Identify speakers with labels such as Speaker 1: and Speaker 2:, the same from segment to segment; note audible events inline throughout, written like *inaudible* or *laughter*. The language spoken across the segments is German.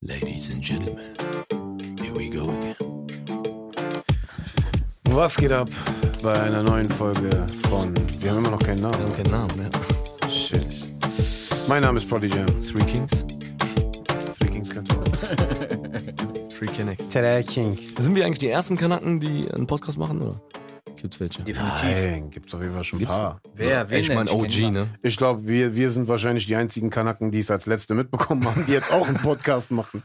Speaker 1: Ladies and Gentlemen, here we go again.
Speaker 2: Was geht ab bei einer neuen Folge von. Wir haben immer noch keinen Namen.
Speaker 1: Kein Name,
Speaker 2: Oh, Shit. Mein Name ist Prodigy.
Speaker 1: Three Kings?
Speaker 2: Three Kings kannst du auch.
Speaker 1: Three Kings.
Speaker 2: Three Kings.
Speaker 1: Sind wir eigentlich die ersten Kanaken, die einen Podcast machen, oder? Gibt's welche?
Speaker 3: Definitiv.
Speaker 2: Nein, gibt's auf jeden Fall schon ein
Speaker 1: Gibt's?
Speaker 2: paar.
Speaker 3: Wer, wen
Speaker 1: ich
Speaker 3: denn?
Speaker 1: meine
Speaker 3: kenn
Speaker 1: OG,
Speaker 3: niemanden.
Speaker 1: ne?
Speaker 2: Ich glaube, wir, wir sind wahrscheinlich die einzigen Kanaken, die es als letzte mitbekommen haben, die jetzt auch einen Podcast machen.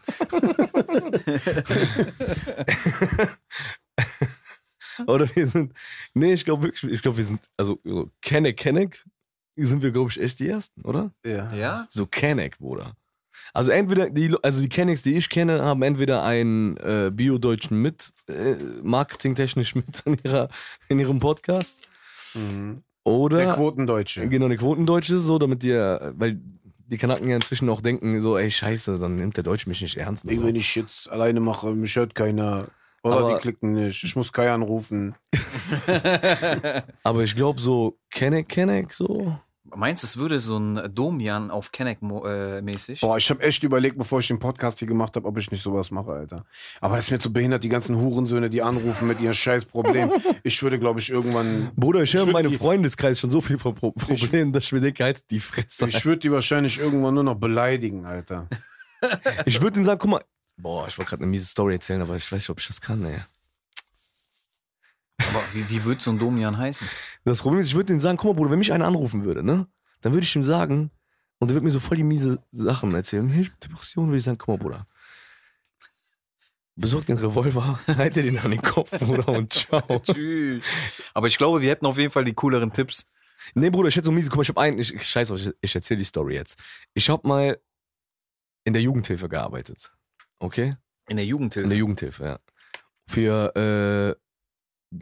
Speaker 1: *laughs* Oder wir sind. Nee, ich glaube wirklich, ich glaube, wir sind. Also, so Kenneck, Kenneck sind wir, glaube ich, echt die ersten, oder?
Speaker 2: *laughs* Ja.
Speaker 3: Ja?
Speaker 1: So Kenneck, Bruder. Also entweder die, also die Kennecks, die ich kenne, haben entweder einen äh, Bio-Deutschen mit, äh, marketingtechnisch *laughs* mit in, ihrer, in ihrem Podcast.
Speaker 2: Mhm.
Speaker 1: Oder
Speaker 2: Der Quotendeutsche.
Speaker 1: Genau, eine Quotendeutsche, so, damit die, äh, weil die Kanaken ja inzwischen auch denken, so, ey, scheiße, dann nimmt der Deutsche mich nicht ernst. ne?
Speaker 2: Ey, Wenn ich jetzt alleine mache, mich hört keiner. Oder
Speaker 1: Aber-
Speaker 2: die klicken nicht. Ich muss Kai anrufen.
Speaker 1: Aber ich glaube, so, Kenneck, Kenneck, so.
Speaker 3: Meinst du, es würde so ein Domian auf Kenneck mo- äh, mäßig?
Speaker 2: Boah, ich habe echt überlegt, bevor ich den Podcast hier gemacht habe, ob ich nicht sowas mache, Alter. Aber das ist mir zu behindert, die ganzen Hurensöhne, die anrufen mit ihrem
Speaker 1: *laughs*
Speaker 2: scheiß Problem. Ich würde, glaube ich, irgendwann.
Speaker 1: Bruder, ich höre
Speaker 2: würd
Speaker 1: meinem
Speaker 2: die-
Speaker 1: Freundeskreis schon so viel von Pro Problemen, dass ich mir denke, halt die Fresse.
Speaker 2: Ich würde die wahrscheinlich irgendwann nur noch
Speaker 1: *laughs*
Speaker 2: beleidigen, Alter.
Speaker 1: Ich würde denen sagen, guck mal, boah, ich wollte gerade eine miese Story erzählen, aber ich weiß nicht, ob ich das kann, ey.
Speaker 3: Aber wie, wie wird so ein Domian
Speaker 1: *laughs*
Speaker 3: heißen?
Speaker 1: Das Problem ist, ich würde denen sagen, guck mal, Bruder, wenn mich einer anrufen würde, ne, dann würde ich ihm sagen, und er wird mir so voll die miese Sachen erzählen. Hey, ich hab Depression, würde ich sagen, guck mal, Bruder. Besorg den Revolver, *laughs* halt dir den an den Kopf, Bruder, und ciao.
Speaker 3: *laughs* Tschüss. Aber ich glaube, wir hätten auf jeden Fall die cooleren Tipps.
Speaker 1: Nee, Bruder, ich hätte so miese, guck mal, ich hab einen, ich, ich scheiß auf, ich, ich erzähle die Story jetzt. Ich hab mal in der Jugendhilfe gearbeitet. Okay?
Speaker 3: In der Jugendhilfe.
Speaker 1: In der Jugendhilfe, ja. Für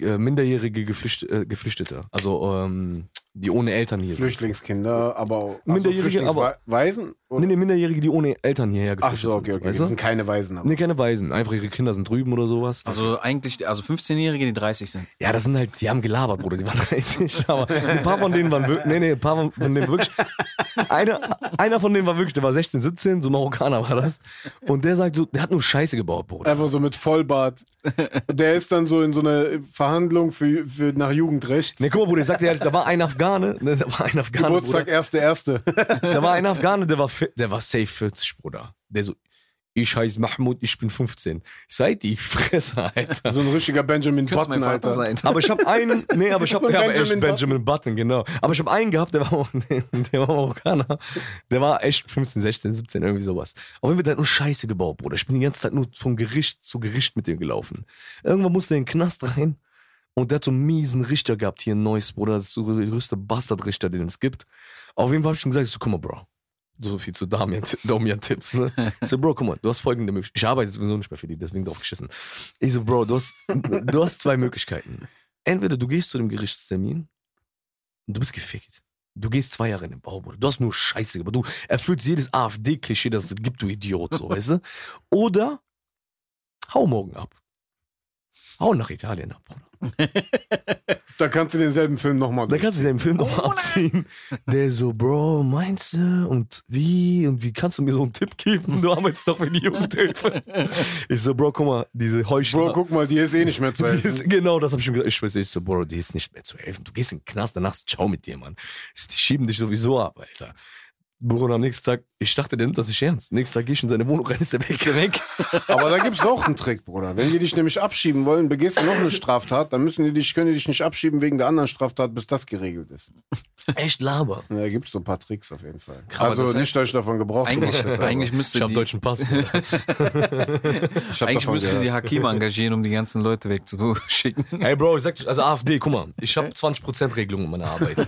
Speaker 1: äh, äh, minderjährige Geflücht, äh, Geflüchtete. Also, ähm, die ohne Eltern hier sind.
Speaker 2: Flüchtlingskinder, aber auch. also
Speaker 1: Minderjährige, aber-
Speaker 2: Flüchtlingsweisen?
Speaker 1: Nee,
Speaker 2: Oder?
Speaker 1: nee, Minderjährige, die ohne Eltern hierher
Speaker 2: Ach
Speaker 1: geflüchtet
Speaker 2: so, okay,
Speaker 1: sind.
Speaker 2: okay.
Speaker 1: Weißt
Speaker 2: Das
Speaker 1: du?
Speaker 2: sind keine Waisen, aber.
Speaker 1: Nee, keine Waisen. Einfach ihre Kinder sind drüben oder sowas.
Speaker 3: also eigentlich, also 15-Jährige, die 30 sind.
Speaker 1: ja, das sind halt, die haben gelabert, Bruder. Die waren *laughs* 30. Aber ein paar von denen waren wirklich, nee, nee, ein paar von denen wirklich. Einer, einer von denen war wirklich, der war 16, 17, so Marokkaner war das. Und der sagt so, der hat nur Scheiße gebaut, Bruder.
Speaker 2: Einfach so
Speaker 1: *laughs*
Speaker 2: mit Vollbart. Der ist dann so in so eine Verhandlung für, für nach Jugendrecht.
Speaker 1: Nee, guck mal, Bruder, ich sag dir ehrlich, da war ein Afghane, ne, da war ein Afghane,
Speaker 2: Geburtstag,
Speaker 1: Bruder. *laughs*
Speaker 2: erste, erste.
Speaker 1: Da war ein Afghane, der war, fit- der war safe 40, Bruder. Der so, ich heiße Mahmoud, ich bin 15. Seid die Fresse, Alter.
Speaker 2: So ein richtiger Benjamin Button,
Speaker 3: Könnte mein Vater
Speaker 2: Alter.
Speaker 3: sein.
Speaker 1: Aber ich habe einen, nee, aber ich habe
Speaker 2: Von
Speaker 1: ja, aber
Speaker 2: Benjamin
Speaker 1: echt Benjamin Button, genau. Aber ich habe einen gehabt, der war, auch- *laughs* der war Marokkaner. Der war echt 15, 16, 17, irgendwie sowas. Auf jeden Fall, der hat nur Scheiße gebaut, Bruder. Ich bin die ganze Zeit nur von Gericht zu Gericht mit dem gelaufen. Irgendwann musste er in den Knast rein. Und der hat so einen miesen Richter gehabt hier in Neuss, Bruder. Das ist so der größte Bastardrichter, den es gibt. Auf jeden Fall habe ich schon gesagt, ich so, guck mal, Bro. So viel zu Damian- Domian-Tipps, ne? Ich so, Bro, guck mal, du hast folgende Möglichkeit. Ich arbeite sowieso nicht mehr für die, deswegen drauf geschissen. Ich so, Bro, du hast, du hast zwei Möglichkeiten. Entweder du gehst zu dem Gerichtstermin und du bist gefickt. Du gehst zwei Jahre in den Bau, Bruder. Du hast nur Scheiße gemacht. Du erfüllst jedes AfD-Klischee, das es gibt, du Idiot, so, weißt du? Oder hau morgen ab. Hau nach Italien ab, Bruder.
Speaker 2: Da kannst du denselben Film nochmal
Speaker 1: Da kannst du den Film noch abziehen. Der so, Bro, meinst du? Und wie? Und wie kannst du mir so einen Tipp geben? Du arbeitest doch für die Jugendhilfe. Ich so, Bro, guck mal, diese Heuchler.
Speaker 2: Bro, guck mal, die ist eh nicht mehr
Speaker 1: *laughs*
Speaker 2: zu
Speaker 1: Die
Speaker 2: helfen.
Speaker 1: ist, genau, das habe ich schon gesagt. Ich schwöre, ich so, Bro, die ist nicht mehr zu helfen. Du gehst in den Knast, danach ist ciao mit dir, Mann. Ich so, Die schieben dich sowieso ab, Alter. Bruder, am nächsten Tag, ich dachte, der nimmt das nicht ernst. Nächsten Tag geh ich in seine Wohnung rein, ist der weg, ist der weg.
Speaker 2: Aber da gibt's auch einen Trick, Bruder. Wenn die dich nämlich abschieben wollen, begehst du noch eine Straftat, dann müssen die dich, können die dich nicht abschieben wegen der anderen Straftat, bis das geregelt ist.
Speaker 1: *laughs* Echt Laber.
Speaker 2: Und da gibt's so ein paar Tricks auf jeden Fall.
Speaker 3: Aber
Speaker 2: also
Speaker 3: das heißt-
Speaker 2: nicht, dass ich davon
Speaker 1: *laughs*
Speaker 2: gebraucht
Speaker 3: Eigentlich,
Speaker 2: gemacht hätte,
Speaker 3: eigentlich müsste
Speaker 1: Ich hab
Speaker 3: die,
Speaker 1: deutschen Pass. Bruder.
Speaker 2: aber ich hab
Speaker 3: eigentlich
Speaker 2: davon
Speaker 3: müsste
Speaker 2: gehört.
Speaker 3: die Hakime engagieren, um die ganzen Leute
Speaker 1: *laughs*
Speaker 3: wegzuschicken.
Speaker 1: Ey, Bro, ich sag dir, also AfD, guck mal, ich habe 20% Regelung in meiner Arbeit.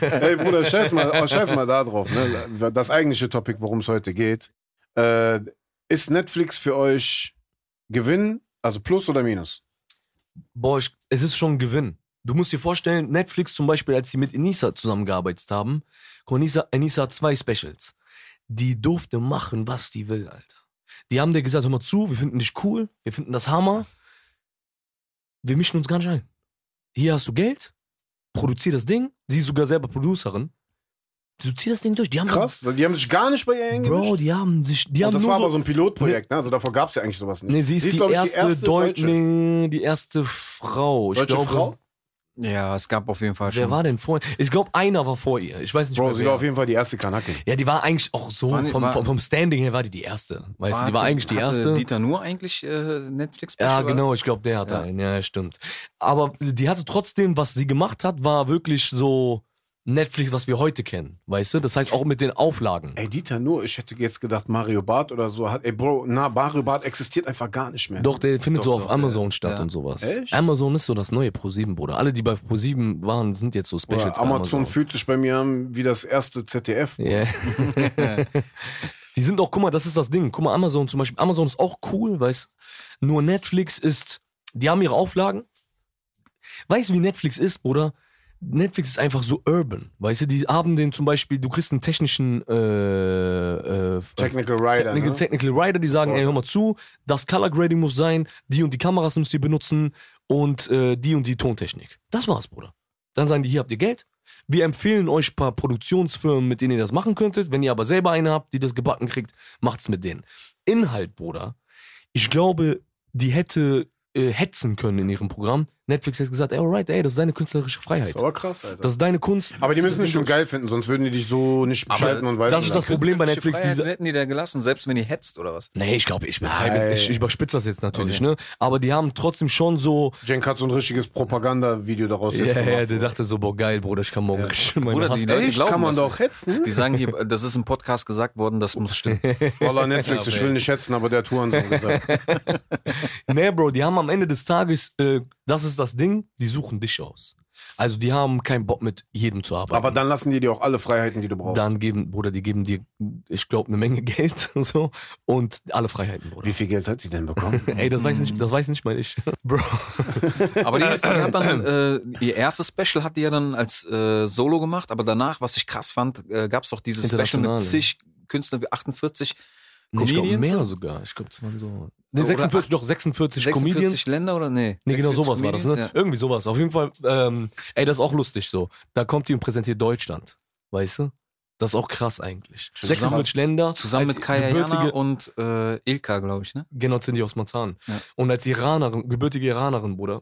Speaker 2: Ey, Bruder, scheiß mal, oh, scheiß mal da drauf. Ne? Das eigentliche Topic, worum es heute geht. Äh, ist Netflix für euch Gewinn, also Plus oder Minus?
Speaker 1: Boah, ich, es ist schon ein Gewinn. Du musst dir vorstellen, Netflix zum Beispiel, als die mit Enisa zusammengearbeitet haben, guck mal, Enisa, Enisa hat zwei Specials. Die durfte machen, was die will, Alter. Die haben dir gesagt, hör mal zu, wir finden dich cool, wir finden das Hammer. Wir mischen uns gar nicht ein. Hier hast du Geld, produzier das Ding. Sie ist sogar selber Producerin. Du ziehst das Ding durch. Die haben
Speaker 2: Krass, die haben sich gar nicht bei ihr eingemischt.
Speaker 1: Bro, die haben sich, die
Speaker 2: Und
Speaker 1: haben
Speaker 2: das
Speaker 1: nur
Speaker 2: war
Speaker 1: so,
Speaker 2: aber so ein Pilotprojekt, ne? Also davor gab es ja eigentlich sowas nicht.
Speaker 1: Nee, sie ist, die,
Speaker 2: glaub ich,
Speaker 1: erste Deu-
Speaker 2: deutsche.
Speaker 1: nee, die erste Frau. Ich
Speaker 2: Deutsche
Speaker 1: glaube,
Speaker 2: Frau?
Speaker 3: Ja, es gab auf jeden Fall schon.
Speaker 1: Wer war denn vor? Ich glaube, einer war vor ihr. Ich weiß nicht
Speaker 2: Bro,
Speaker 1: mehr.
Speaker 2: sie
Speaker 1: wer.
Speaker 2: war auf jeden Fall die erste Kanake.
Speaker 1: ja, die war eigentlich auch so
Speaker 3: War die-
Speaker 1: vom,
Speaker 3: war-
Speaker 1: vom, vom Standing her war die die erste. Weißt du, die war
Speaker 3: Hatte-
Speaker 1: eigentlich die
Speaker 3: hatte
Speaker 1: erste.
Speaker 3: Dieter Nur eigentlich äh, netflix
Speaker 1: ja, genau, ich glaube, der hatte
Speaker 3: Ja.
Speaker 1: einen. Ja, stimmt. Aber die hatte trotzdem, was sie gemacht hat, war wirklich so Netflix, was wir heute kennen. Weißt du? Das heißt auch mit den Auflagen.
Speaker 2: Ey, Dieter Nur, ich hätte jetzt gedacht, Mario Barth oder so hat. Ey, Bro, na, Mario Barth existiert einfach gar nicht mehr.
Speaker 1: Doch, der findet
Speaker 3: Doch,
Speaker 1: so
Speaker 3: doch,
Speaker 1: auf
Speaker 3: der-
Speaker 1: Amazon statt
Speaker 3: ja.
Speaker 1: und sowas.
Speaker 2: Echt?
Speaker 1: Amazon ist so das neue ProSieben, Bruder. Alle, die bei ProSieben waren, sind jetzt so
Speaker 2: Oder
Speaker 1: Specials. bei
Speaker 2: Amazon fühlt sich bei mir an wie das erste ZDF.
Speaker 1: Ja. *laughs* die sind auch, guck mal, das ist das Ding. Guck mal, Amazon zum Beispiel. Amazon ist auch cool, weißt Nur Netflix ist, die haben ihre Auflagen. Weißt du, wie Netflix ist, Bruder? Netflix ist einfach so urban. Weißt du, die haben den zum Beispiel, du kriegst einen technischen äh, äh,
Speaker 2: Technical Rider.
Speaker 1: Technical,
Speaker 2: ne?
Speaker 1: Technical Rider, die sagen,
Speaker 2: Voll.
Speaker 1: ey, hör mal zu, das Color Grading muss sein, die und die Kameras müsst ihr benutzen und äh, die und die Tontechnik. Das war's, Bruder. Dann sagen die, hier habt ihr Geld. Wir empfehlen euch ein paar Produktionsfirmen, mit denen ihr das machen könntet. Wenn ihr aber selber eine habt, die das gebacken kriegt, macht's mit denen. Inhalt, Bruder. Ich glaube, die hätte äh, hetzen können in ihrem Programm. Netflix hätte gesagt, ey, alright, ey, das ist deine künstlerische Freiheit.
Speaker 2: Ist aber krass, Alter.
Speaker 1: Das ist deine Kunst.
Speaker 2: ne? aber die müssen es schon geil finden, sonst würden die dich so nicht
Speaker 3: Aber
Speaker 2: beschalten und weiter.
Speaker 1: das ist das Problem bei Netflix, diese-
Speaker 3: Diese hätten die da gelassen, selbst wenn die hetzt oder was.
Speaker 1: Nee, ich glaube, ich betreibe jetzt, ich
Speaker 2: Nein.
Speaker 1: überspitze das jetzt natürlich,
Speaker 3: Okay.
Speaker 1: ne? Aber die haben trotzdem schon so,
Speaker 2: Jenk hat so ein richtiges Propaganda-Video daraus
Speaker 1: Ja,
Speaker 2: jetzt
Speaker 1: ja,
Speaker 2: gemacht.
Speaker 1: der dachte so, boah, geil, Bruder, ich kann morgen
Speaker 2: Ja.
Speaker 1: richtig meine
Speaker 3: Bruder,
Speaker 1: Hass-
Speaker 3: die- Leute
Speaker 2: Echt?
Speaker 3: glauben
Speaker 2: Kann man
Speaker 3: das.
Speaker 2: doch hetzen? *laughs*
Speaker 3: Die sagen hier, das ist im Podcast gesagt worden, das muss stimmen.
Speaker 2: Voller Netflix, ich will nicht hetzen, aber der
Speaker 1: *laughs*
Speaker 2: hat Hurensohn gesagt.
Speaker 1: Nee, Bro, die haben am Ende des Tages, äh, das ist das Ding, die suchen dich aus. Also die haben keinen Bock mit jedem zu arbeiten.
Speaker 2: Aber dann lassen die dir auch alle Freiheiten, die du brauchst.
Speaker 1: dann geben, Bruder, die geben dir, ich glaube, eine Menge *laughs* Geld und so und alle Freiheiten, Bruder.
Speaker 2: Wie viel Geld hat sie denn
Speaker 1: *laughs*
Speaker 2: bekommen?
Speaker 1: Ey, das weiß nicht, das weiß nicht mal ich. *laughs* Bro,
Speaker 3: Aber die, ist, die hat dann, äh, ihr erstes Special hat die ja dann als äh, Solo gemacht, aber danach, was ich krass fand, äh, gab es doch dieses Special
Speaker 1: Internationale.
Speaker 3: mit zig Künstlern, wie 48
Speaker 1: ich glaube
Speaker 3: Comedians?
Speaker 1: mehr sogar. Ich glaube, es waren so nee,
Speaker 3: Oder
Speaker 1: 46, doch 46,
Speaker 3: 46
Speaker 1: Comedians.
Speaker 3: Länder oder nee?
Speaker 1: Nee, genau
Speaker 3: 46
Speaker 1: sowas war das, ne?
Speaker 3: Comedians,
Speaker 1: Irgendwie sowas. Auf jeden Fall, ähm, ey, das ist auch lustig so. Da kommt die und präsentiert Deutschland. Weißt du? Das ist auch krass eigentlich.
Speaker 3: Zusammen-
Speaker 1: 46 Länder.
Speaker 3: Ja. Zusammen
Speaker 1: als
Speaker 3: mit Kaya Jana
Speaker 1: gebürtige-
Speaker 3: und äh, Ilka, glaube ich, ne?
Speaker 1: Genau, sind die aus Marzahn.
Speaker 3: Ja.
Speaker 1: Und als Iranerin, gebürtige Iranerin, Bruder,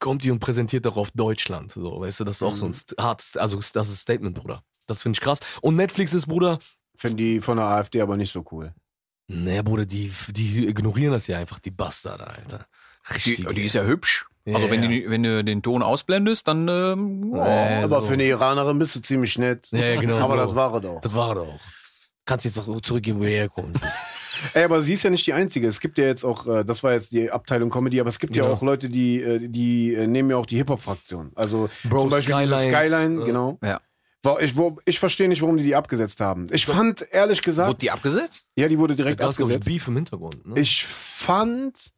Speaker 1: kommt die und präsentiert darauf Deutschland. So, weißt du, das ist auch so
Speaker 3: Mhm.
Speaker 1: ein st- hartes, also das ist Statement, Bruder. Das finde ich krass. Und Netflix ist, Bruder,
Speaker 2: Finden die von der AfD aber nicht so cool.
Speaker 1: naja, Bruder, die, die ignorieren das ja einfach, die Bastarde, Alter. Richtig.
Speaker 3: ja hübsch. Also
Speaker 1: Ja,
Speaker 3: wenn,
Speaker 1: ja.
Speaker 3: die, wenn du den Ton ausblendest, dann ähm,
Speaker 1: Ja, ja,
Speaker 3: wow.
Speaker 2: Oh. aber
Speaker 1: so.
Speaker 2: für eine Iranerin bist du ziemlich nett.
Speaker 1: Ja, ja, genau
Speaker 2: *laughs* aber
Speaker 1: so.
Speaker 2: das war er doch.
Speaker 1: Das war er doch. Kannst jetzt doch zurückgehen, wo du herkommst.
Speaker 2: Ey, aber sie ist ja nicht die Einzige. Es gibt ja jetzt auch, äh, das war jetzt die Abteilung Comedy, aber es gibt ja,
Speaker 1: Ja.
Speaker 2: auch Leute, die, äh, die äh, nehmen ja auch die Hip-Hop-Fraktion. Also
Speaker 1: Bro,
Speaker 2: zum Beispiel diese
Speaker 1: Skylines,
Speaker 2: Skyline,
Speaker 1: äh,
Speaker 2: genau.
Speaker 3: ja.
Speaker 2: War- Ich, wo, ich verstehe nicht, warum die die abgesetzt haben. Ich fand, ehrlich
Speaker 3: Wurde
Speaker 2: gesagt,
Speaker 3: die abgesetzt?
Speaker 2: ja, die wurde
Speaker 1: Da
Speaker 2: direkt
Speaker 1: gab es, glaube ich,
Speaker 2: abgesetzt.
Speaker 1: Beef im Hintergrund. Ne?
Speaker 2: Ich fand,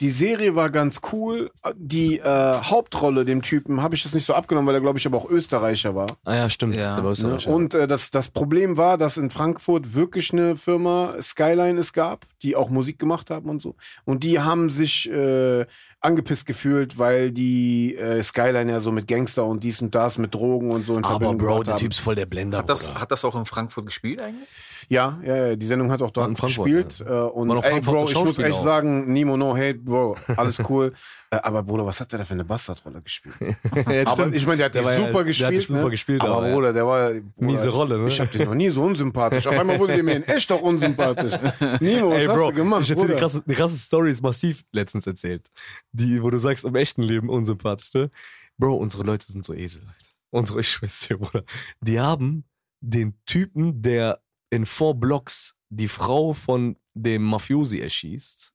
Speaker 2: die Serie war ganz cool. Die äh, Hauptrolle, dem Typen, habe ich das nicht so abgenommen, weil er, glaube ich, aber auch Österreicher war.
Speaker 1: ah ja, stimmt.
Speaker 3: Ja.
Speaker 1: Der war
Speaker 2: Ne?
Speaker 1: Österreicher.
Speaker 2: Und äh, das, das Problem war, dass in Frankfurt wirklich eine Firma äh, Skyline es gab, die auch Musik gemacht haben und so. Und die haben sich äh, angepisst gefühlt, weil die äh, Skyline ja so mit Gangster und dies und das, mit Drogen und so in
Speaker 1: aber
Speaker 2: Verbindung
Speaker 1: Bro,
Speaker 2: gebracht
Speaker 1: der
Speaker 2: haben.
Speaker 1: Typ ist voll der Blender.
Speaker 3: Hat das, *laughs*
Speaker 1: Bruder.
Speaker 3: hat das auch in Frankfurt
Speaker 1: *laughs*
Speaker 3: gespielt eigentlich?
Speaker 2: Ja, ja, ja, die Sendung hat auch
Speaker 1: War in
Speaker 2: dort
Speaker 1: Frankfurt,
Speaker 2: gespielt.
Speaker 1: ja.
Speaker 2: Äh, und
Speaker 1: War noch
Speaker 2: ey,
Speaker 1: Frankfurt
Speaker 2: Bro,
Speaker 1: das
Speaker 2: ich muss
Speaker 1: Schauspiel
Speaker 2: echt
Speaker 1: auch.
Speaker 2: sagen, Nemo, no hate, Bro, alles cool. *laughs* äh, aber Bruder, was hat der da für eine Bastardrolle gespielt?
Speaker 1: ja,
Speaker 2: aber ich meine, der hat
Speaker 1: Der
Speaker 2: die
Speaker 1: war ja- der
Speaker 2: super
Speaker 1: hat die
Speaker 2: gespielt.
Speaker 1: super
Speaker 2: ne?
Speaker 1: gespielt,
Speaker 2: aber,
Speaker 1: aber, ja.
Speaker 2: Bruder, der war. Bruder,
Speaker 1: Miese Rolle, ne?
Speaker 2: Ich hab den noch nie so unsympathisch. Auf einmal wurde der mir in echt doch unsympathisch.
Speaker 1: *laughs*
Speaker 2: Nemo, was
Speaker 1: Ey,
Speaker 2: hast
Speaker 1: Bro,
Speaker 2: du gemacht?
Speaker 1: ich erzähle
Speaker 2: Bruder?
Speaker 1: die krasse, die krasse Story ist massiv letztens erzählt. Die, wo du sagst, im echten Leben unsympathisch, ne? Bro, unsere Leute sind so Esel, Alter. Unsere, *laughs* ich weiß dir, Bruder. Die haben den Typen, der in Four Blocks die Frau von dem Mafiosi erschießt,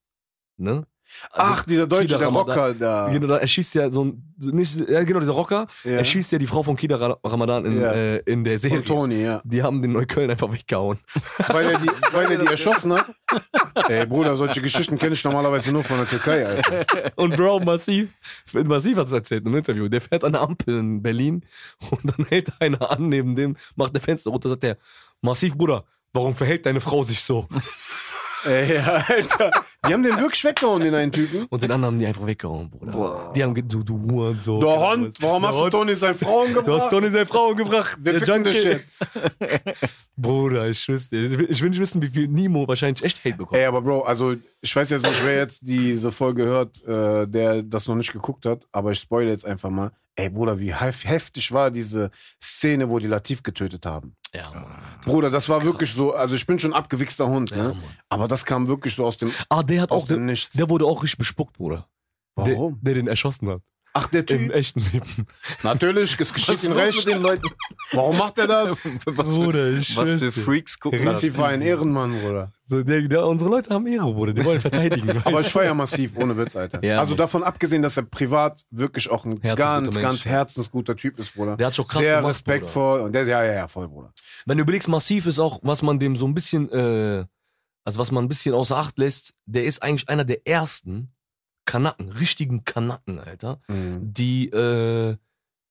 Speaker 1: ne? Also,
Speaker 2: Ach, dieser Deutsche,
Speaker 1: Kida
Speaker 2: der
Speaker 1: Ramadan-
Speaker 2: Rocker da.
Speaker 1: Genau, da erschießt ja so ein, so nicht, ja, genau, dieser Rocker,
Speaker 2: Ja.
Speaker 1: Er schießt ja die Frau von Kida Ra- Ramadan in,
Speaker 2: Ja.
Speaker 1: äh, in der Serie.
Speaker 2: Von Tony, ja.
Speaker 1: Die haben den Neukölln einfach weggehauen. *laughs*
Speaker 2: Weil er die, weil er die erschossen hat. Ey, Bruder, solche Geschichten kenne ich normalerweise nur von der Türkei, Alter.
Speaker 1: Und Bro, massiv, massiv hat es erzählt im Interview. Der fährt an der Ampel in Berlin und dann hält einer an neben dem, macht der Fenster runter, sagt der, massiv, Bruder, warum verhält deine Frau sich so?
Speaker 2: Ey, Alter. Die haben den wirklich weggehauen, den einen Typen.
Speaker 1: Und den anderen haben die einfach weggehauen, Bruder.
Speaker 3: Boah.
Speaker 1: Die haben ge- so, du Huren, so.
Speaker 2: Der Hund, warum hast du
Speaker 1: Hund,
Speaker 2: Tony seine Frau
Speaker 1: Du hast
Speaker 2: umgebracht?
Speaker 1: Tony seine Frau umgebracht.
Speaker 2: Wir
Speaker 1: Der
Speaker 2: ficken das
Speaker 1: Junkie.
Speaker 2: Shit.
Speaker 1: Bruder, ich wüsste. Ich will, ich will nicht wissen, wie viel Nemo wahrscheinlich echt Hate bekommt.
Speaker 2: Ey, aber Bro, also ich weiß jetzt nicht, wer jetzt diese Folge hört, äh, der das noch nicht geguckt hat, aber ich spoilere jetzt einfach mal. Ey, Bruder, wie hef heftig war diese Szene, wo die Latif getötet haben.
Speaker 1: Ja, Mann.
Speaker 2: Bruder, das war wirklich so, also ich bin schon abgewichster Hund, ne? aber das kam wirklich so aus dem,
Speaker 1: Ah, der hat
Speaker 2: aus
Speaker 1: auch.
Speaker 2: dem
Speaker 1: Der,
Speaker 2: Nichts.
Speaker 1: der wurde auch richtig bespuckt, Bruder.
Speaker 2: Warum?
Speaker 1: Der, der den erschossen hat.
Speaker 2: Ach, der
Speaker 1: Im *laughs*
Speaker 2: Typ.
Speaker 1: echten Leben.
Speaker 2: Natürlich, es
Speaker 3: Was
Speaker 2: geschieht
Speaker 3: ist
Speaker 2: ihm
Speaker 3: los mit
Speaker 2: recht.
Speaker 3: den Leuten?
Speaker 2: Warum macht er
Speaker 3: *laughs*
Speaker 2: das?
Speaker 3: Was für,
Speaker 1: Bruder, ich
Speaker 3: was für
Speaker 1: schwör's dir.
Speaker 3: Freaks gucken das?
Speaker 2: Latif war ein Ehrenmann, Bruder.
Speaker 1: So, der, der, unsere Leute haben Ehre, Bruder. Die wollen verteidigen. *laughs* weißt
Speaker 2: Aber
Speaker 1: du?
Speaker 2: ich feier massiv, ohne Witz, Alter.
Speaker 1: Ja,
Speaker 2: also
Speaker 1: Mann.
Speaker 2: davon abgesehen, dass er privat wirklich auch ein
Speaker 1: Herzensguter
Speaker 2: ganz,
Speaker 1: Mensch.
Speaker 2: ganz herzensguter Typ ist, Bruder.
Speaker 1: Der hat schon krass
Speaker 2: Sehr
Speaker 1: gemacht,
Speaker 2: respektvoll und der ist, ja, ja, ja, voll, Bruder.
Speaker 1: Wenn du überlegst, massiv ist auch, was man dem so ein bisschen, äh, also was man ein bisschen außer Acht lässt, der ist eigentlich einer der ersten Kanaken, richtigen Kanaken, Alter, die äh,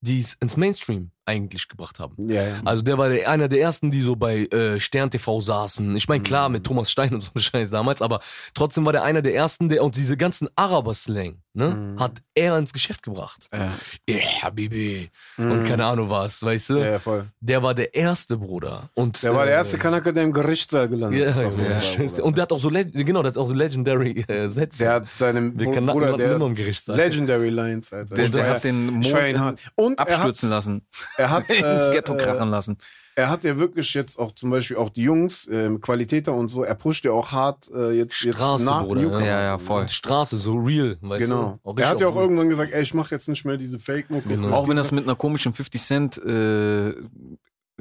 Speaker 1: die es ins Mainstream eigentlich gebracht haben.
Speaker 2: Ja, ja.
Speaker 1: Also der war der, einer der ersten, die so bei äh, Stern TV saßen. Ich meine,
Speaker 2: Mhm.
Speaker 1: klar, mit Thomas Stein und so einem Scheiß damals, aber trotzdem war der einer der ersten, der und diese ganzen Araber-Slang, ne,
Speaker 2: Mhm.
Speaker 1: hat er ins Geschäft gebracht.
Speaker 3: Ja.
Speaker 1: Eh, Habibi.
Speaker 2: Mhm.
Speaker 1: Und keine Ahnung was, weißt du?
Speaker 2: Ja, ja, voll.
Speaker 1: Der war der erste, Bruder. Und,
Speaker 2: Der war der
Speaker 1: äh,
Speaker 2: erste Kanake, der im Gerichtssaal gelandet
Speaker 1: Ja,
Speaker 2: ist. auf
Speaker 1: ja,
Speaker 2: jeden Fall,
Speaker 1: ja.
Speaker 2: Bruder.
Speaker 1: Und der hat auch so, leg- genau, der hat auch so legendary äh, Sätze.
Speaker 2: der hat seinem
Speaker 1: Wir
Speaker 2: Br-
Speaker 1: Kanaken
Speaker 2: Bruder,
Speaker 1: landen
Speaker 2: der
Speaker 1: immer im
Speaker 2: hat
Speaker 1: Gerichtssaal.
Speaker 2: Legendary Lines, Alter.
Speaker 3: Der,
Speaker 2: Ich
Speaker 3: der
Speaker 2: feier-
Speaker 3: hat den
Speaker 2: ich
Speaker 3: Mond
Speaker 2: feier ihn hart. Und
Speaker 3: abstürzen lassen, *laughs*
Speaker 2: Er hat, er hat
Speaker 3: ins
Speaker 2: äh,
Speaker 3: Ghetto
Speaker 2: äh,
Speaker 3: krachen lassen.
Speaker 2: er hat ja wirklich jetzt auch zum Beispiel auch die Jungs, ähm, Qualitäter und so, er pusht ja auch hart äh, jetzt,
Speaker 1: Straße,
Speaker 2: jetzt nach
Speaker 1: Bruder,
Speaker 2: Newcomer.
Speaker 3: Ja, ja, voll.
Speaker 1: Und Straße, so real, weißt
Speaker 2: Genau.
Speaker 1: du? Auch
Speaker 2: er
Speaker 1: richtig
Speaker 2: hat ja auch
Speaker 1: real.
Speaker 2: irgendwann gesagt, ey, ich mache jetzt nicht mehr diese Fake-Mucke.
Speaker 1: Genau.
Speaker 3: Auch wenn das mit einer komischen 50 Cent äh,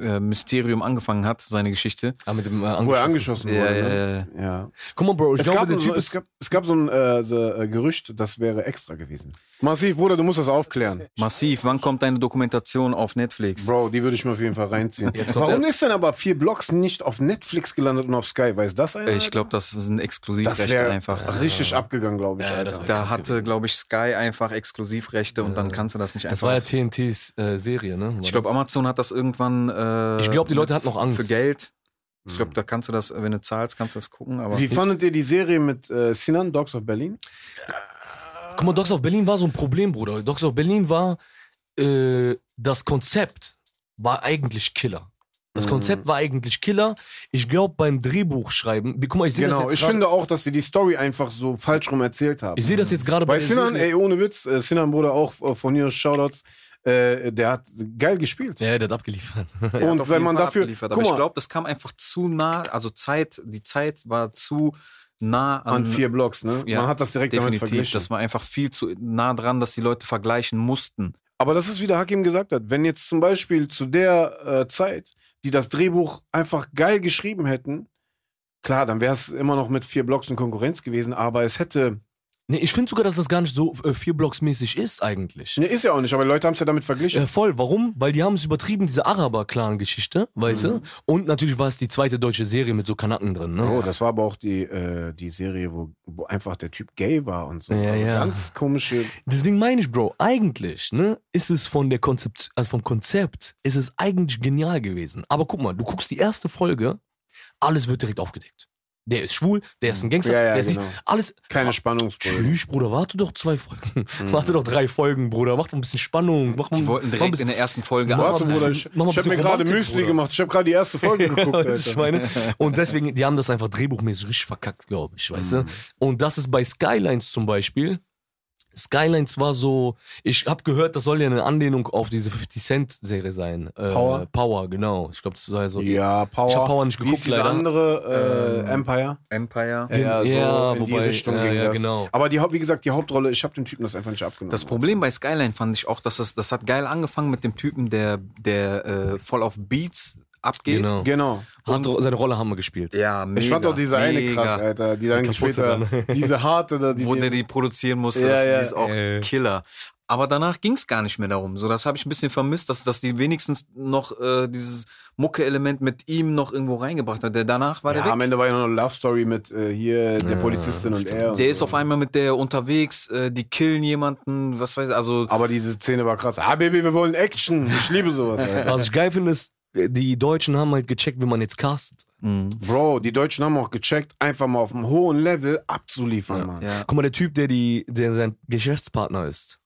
Speaker 3: äh, Mysterium angefangen hat, seine Geschichte.
Speaker 1: Ah, mit dem, äh,
Speaker 2: wo er
Speaker 1: angeschossen.
Speaker 2: angeschossen wurde. ne?
Speaker 3: ja.
Speaker 2: ja.
Speaker 1: Guck mal, Bro, ich
Speaker 2: Es,
Speaker 1: glaube,
Speaker 2: gab
Speaker 1: der
Speaker 2: so,
Speaker 1: Typ
Speaker 2: es,
Speaker 1: ist.
Speaker 2: gab, es gab so ein äh, so, äh, Gerücht, das wäre extra gewesen. Massiv, Bruder, du musst das aufklären.
Speaker 3: Massiv, wann kommt deine Dokumentation auf Netflix?
Speaker 2: Bro, die würde ich mir auf jeden Fall reinziehen.
Speaker 1: Jetzt kommt
Speaker 2: Warum ist denn aber vier Blogs nicht auf Netflix gelandet und auf Sky? Weiß das
Speaker 1: Äh,
Speaker 2: einer?
Speaker 3: Ich glaube, das sind
Speaker 2: das
Speaker 3: Exklusivrechte
Speaker 2: wäre
Speaker 3: einfach.
Speaker 2: richtig abgegangen, glaube ich.
Speaker 1: Ja, das
Speaker 2: Alter.
Speaker 1: wär-
Speaker 3: Da hatte, glaube ich, Sky einfach Exklusivrechte und dann kannst du das nicht
Speaker 1: Das
Speaker 3: einfach.
Speaker 1: war ja TNTs äh, Serie, ne? War
Speaker 3: ich glaube,
Speaker 1: das?
Speaker 3: Amazon hat das irgendwann. Äh,
Speaker 1: Ich glaub, die Leute
Speaker 3: mit-
Speaker 1: hatten noch Angst. Mhm.
Speaker 3: Für Geld. Ich glaube, da kannst du das, wenn du zahlst, kannst du das gucken. Aber
Speaker 2: Wie fandet ihr die Serie mit äh, Sinan, Dogs of Berlin?
Speaker 1: Guck mal, Dogs of Berlin war so ein Problem, Bruder. Dogs of Berlin war, äh, das Konzept war eigentlich Killer. Das
Speaker 2: Mhm.
Speaker 1: Konzept war eigentlich Killer. Ich glaube, beim Drehbuchschreiben, guck mal, ich sehe
Speaker 2: Genau,
Speaker 1: das jetzt
Speaker 2: ich
Speaker 1: grad-
Speaker 2: finde auch, dass sie die Story einfach so falsch rum erzählt haben.
Speaker 1: ich sehe das jetzt gerade bei
Speaker 2: Bei
Speaker 1: der
Speaker 2: Sinan,
Speaker 1: Serie.
Speaker 2: ey, ohne Witz, äh, Sinan Bruder auch äh, von hier aus Shoutouts, äh, der hat geil gespielt.
Speaker 1: Ja, *laughs* der hat abgeliefert.
Speaker 3: Der hat
Speaker 2: und
Speaker 3: auf
Speaker 2: wenn
Speaker 3: jeden
Speaker 2: man
Speaker 3: Fall
Speaker 2: dafür-
Speaker 3: abgeliefert,
Speaker 2: guck
Speaker 3: Aber ich
Speaker 2: mal.
Speaker 3: glaube, das kam einfach zu nah. Also Zeit, die Zeit war zu nah an,
Speaker 2: An vier Blocks, ne?
Speaker 3: Ja,
Speaker 2: man hat das direkt damit
Speaker 3: Definitiv,
Speaker 2: verglichen.
Speaker 3: das war einfach viel zu nah dran, dass die Leute vergleichen mussten.
Speaker 2: Aber das ist, wie der Hakim gesagt hat, wenn jetzt zum Beispiel zu der äh, Zeit, die das Drehbuch einfach geil geschrieben hätten, klar, dann wäre es immer noch mit vier Blocks in Konkurrenz gewesen, aber es hätte.
Speaker 1: Nee, ich finde sogar, dass das gar nicht so äh, vier Blocks mäßig ist eigentlich.
Speaker 2: Ne, ist ja auch nicht, aber die Leute haben es ja damit verglichen.
Speaker 1: Äh, voll, warum? Weil die haben es übertrieben, diese Araber-Clan-Geschichte, weißt
Speaker 2: Mhm.
Speaker 1: du? Und natürlich war es die zweite deutsche Serie mit so Kanaken drin, ne?
Speaker 2: Oh, das war aber auch die, äh, die Serie, wo, wo einfach der Typ gay war und so.
Speaker 1: Ja,
Speaker 2: also
Speaker 1: ja.
Speaker 2: Ganz komische.
Speaker 1: Deswegen meine ich, Bro, eigentlich, ne, ist es von der Konzept, also vom Konzept, ist es eigentlich genial gewesen. Aber guck mal, du guckst die erste Folge, alles wird direkt aufgedeckt. Der ist schwul, der
Speaker 3: Mhm.
Speaker 1: ist ein Gangster,
Speaker 2: Ja, ja,
Speaker 1: der ist
Speaker 2: genau.
Speaker 1: nicht, alles.
Speaker 2: Keine Mhm. Spannungsbrille.
Speaker 1: Tschüss, Bruder, warte doch zwei Folgen. *laughs* Warte doch drei Folgen, Bruder. Mach doch ein bisschen Spannung. Mach mal,
Speaker 3: Mhm.
Speaker 2: Hm.
Speaker 3: Die wollten
Speaker 1: mach ein
Speaker 3: direkt in
Speaker 1: bisschen,
Speaker 3: der ersten Folge
Speaker 1: Mach mal
Speaker 2: Warte,
Speaker 1: ein
Speaker 2: Bruder,
Speaker 1: bisschen-
Speaker 2: ich,
Speaker 1: mach mal ein
Speaker 2: ich habe mir
Speaker 1: bisschen
Speaker 2: gerade
Speaker 1: Romantik,
Speaker 2: Müsli
Speaker 1: Bruder.
Speaker 2: gemacht. Ich habe gerade die erste Folge geguckt.
Speaker 1: Ja, weißt du,
Speaker 2: Alter.
Speaker 1: ich meine? Und deswegen, die haben das einfach drehbuchmäßig richtig verkackt, glaube ich, weißt du? Und das ist bei Skylines zum Beispiel. Skylines war so, ich habe gehört, das soll ja eine Anlehnung auf diese 50 Cent Serie sein. Äh,
Speaker 2: Power?
Speaker 1: Power, genau. Ich glaube, das soll ja so.
Speaker 2: ja, Power.
Speaker 1: Ich habe Power nicht
Speaker 2: Wie
Speaker 1: geguckt,
Speaker 2: ist diese
Speaker 1: leider.
Speaker 2: andere äh,
Speaker 3: Ähm,
Speaker 2: Empire?
Speaker 3: Empire.
Speaker 1: Ja, ja, wobei- ja, ja,
Speaker 2: das.
Speaker 1: genau.
Speaker 2: Aber die, Haupt- wie gesagt, die Hauptrolle, ich habe dem Typen das einfach nicht abgenommen.
Speaker 3: Das Problem bei Skyline fand ich auch, dass das, das hat geil angefangen mit dem Typen, der, der äh, voll auf Beats abgeht.
Speaker 1: Genau.
Speaker 2: genau.
Speaker 1: Hat, seine Rolle haben wir gespielt.
Speaker 3: Ja, mega.
Speaker 2: Ich fand auch diese eine
Speaker 3: mega.
Speaker 2: krass, Alter, die dann
Speaker 1: kaputte
Speaker 2: später, diese harte da, die,
Speaker 3: Wo der die produzieren musste,
Speaker 2: Ja,
Speaker 3: das,
Speaker 2: ja.
Speaker 3: die ist auch
Speaker 1: Äh.
Speaker 3: Killer. Aber danach ging es gar nicht mehr darum. So, das habe ich ein bisschen vermisst, dass, dass die wenigstens noch äh, dieses Mucke-Element mit ihm noch irgendwo reingebracht hat. Der danach war
Speaker 2: ja,
Speaker 3: der
Speaker 2: am
Speaker 3: weg.
Speaker 2: Ende war ja noch eine Love Story mit äh, hier der Polizistin und er. und
Speaker 3: Der
Speaker 2: so.
Speaker 3: ist auf einmal mit der unterwegs, äh, die killen jemanden, was weiß ich, also
Speaker 1: *laughs*
Speaker 2: Aber diese Szene war krass. Ah, Baby, wir wollen Action. Ich liebe sowas. Alter.
Speaker 1: Was ich geil finde, ist, die Deutschen haben halt gecheckt, wie man jetzt castet.
Speaker 3: Mhm.
Speaker 2: Bro, die Deutschen haben auch gecheckt, einfach mal auf einem hohen Level abzuliefern, Mann.
Speaker 3: Ja.
Speaker 1: Guck mal, der Typ, der, die, der sein Geschäftspartner ist,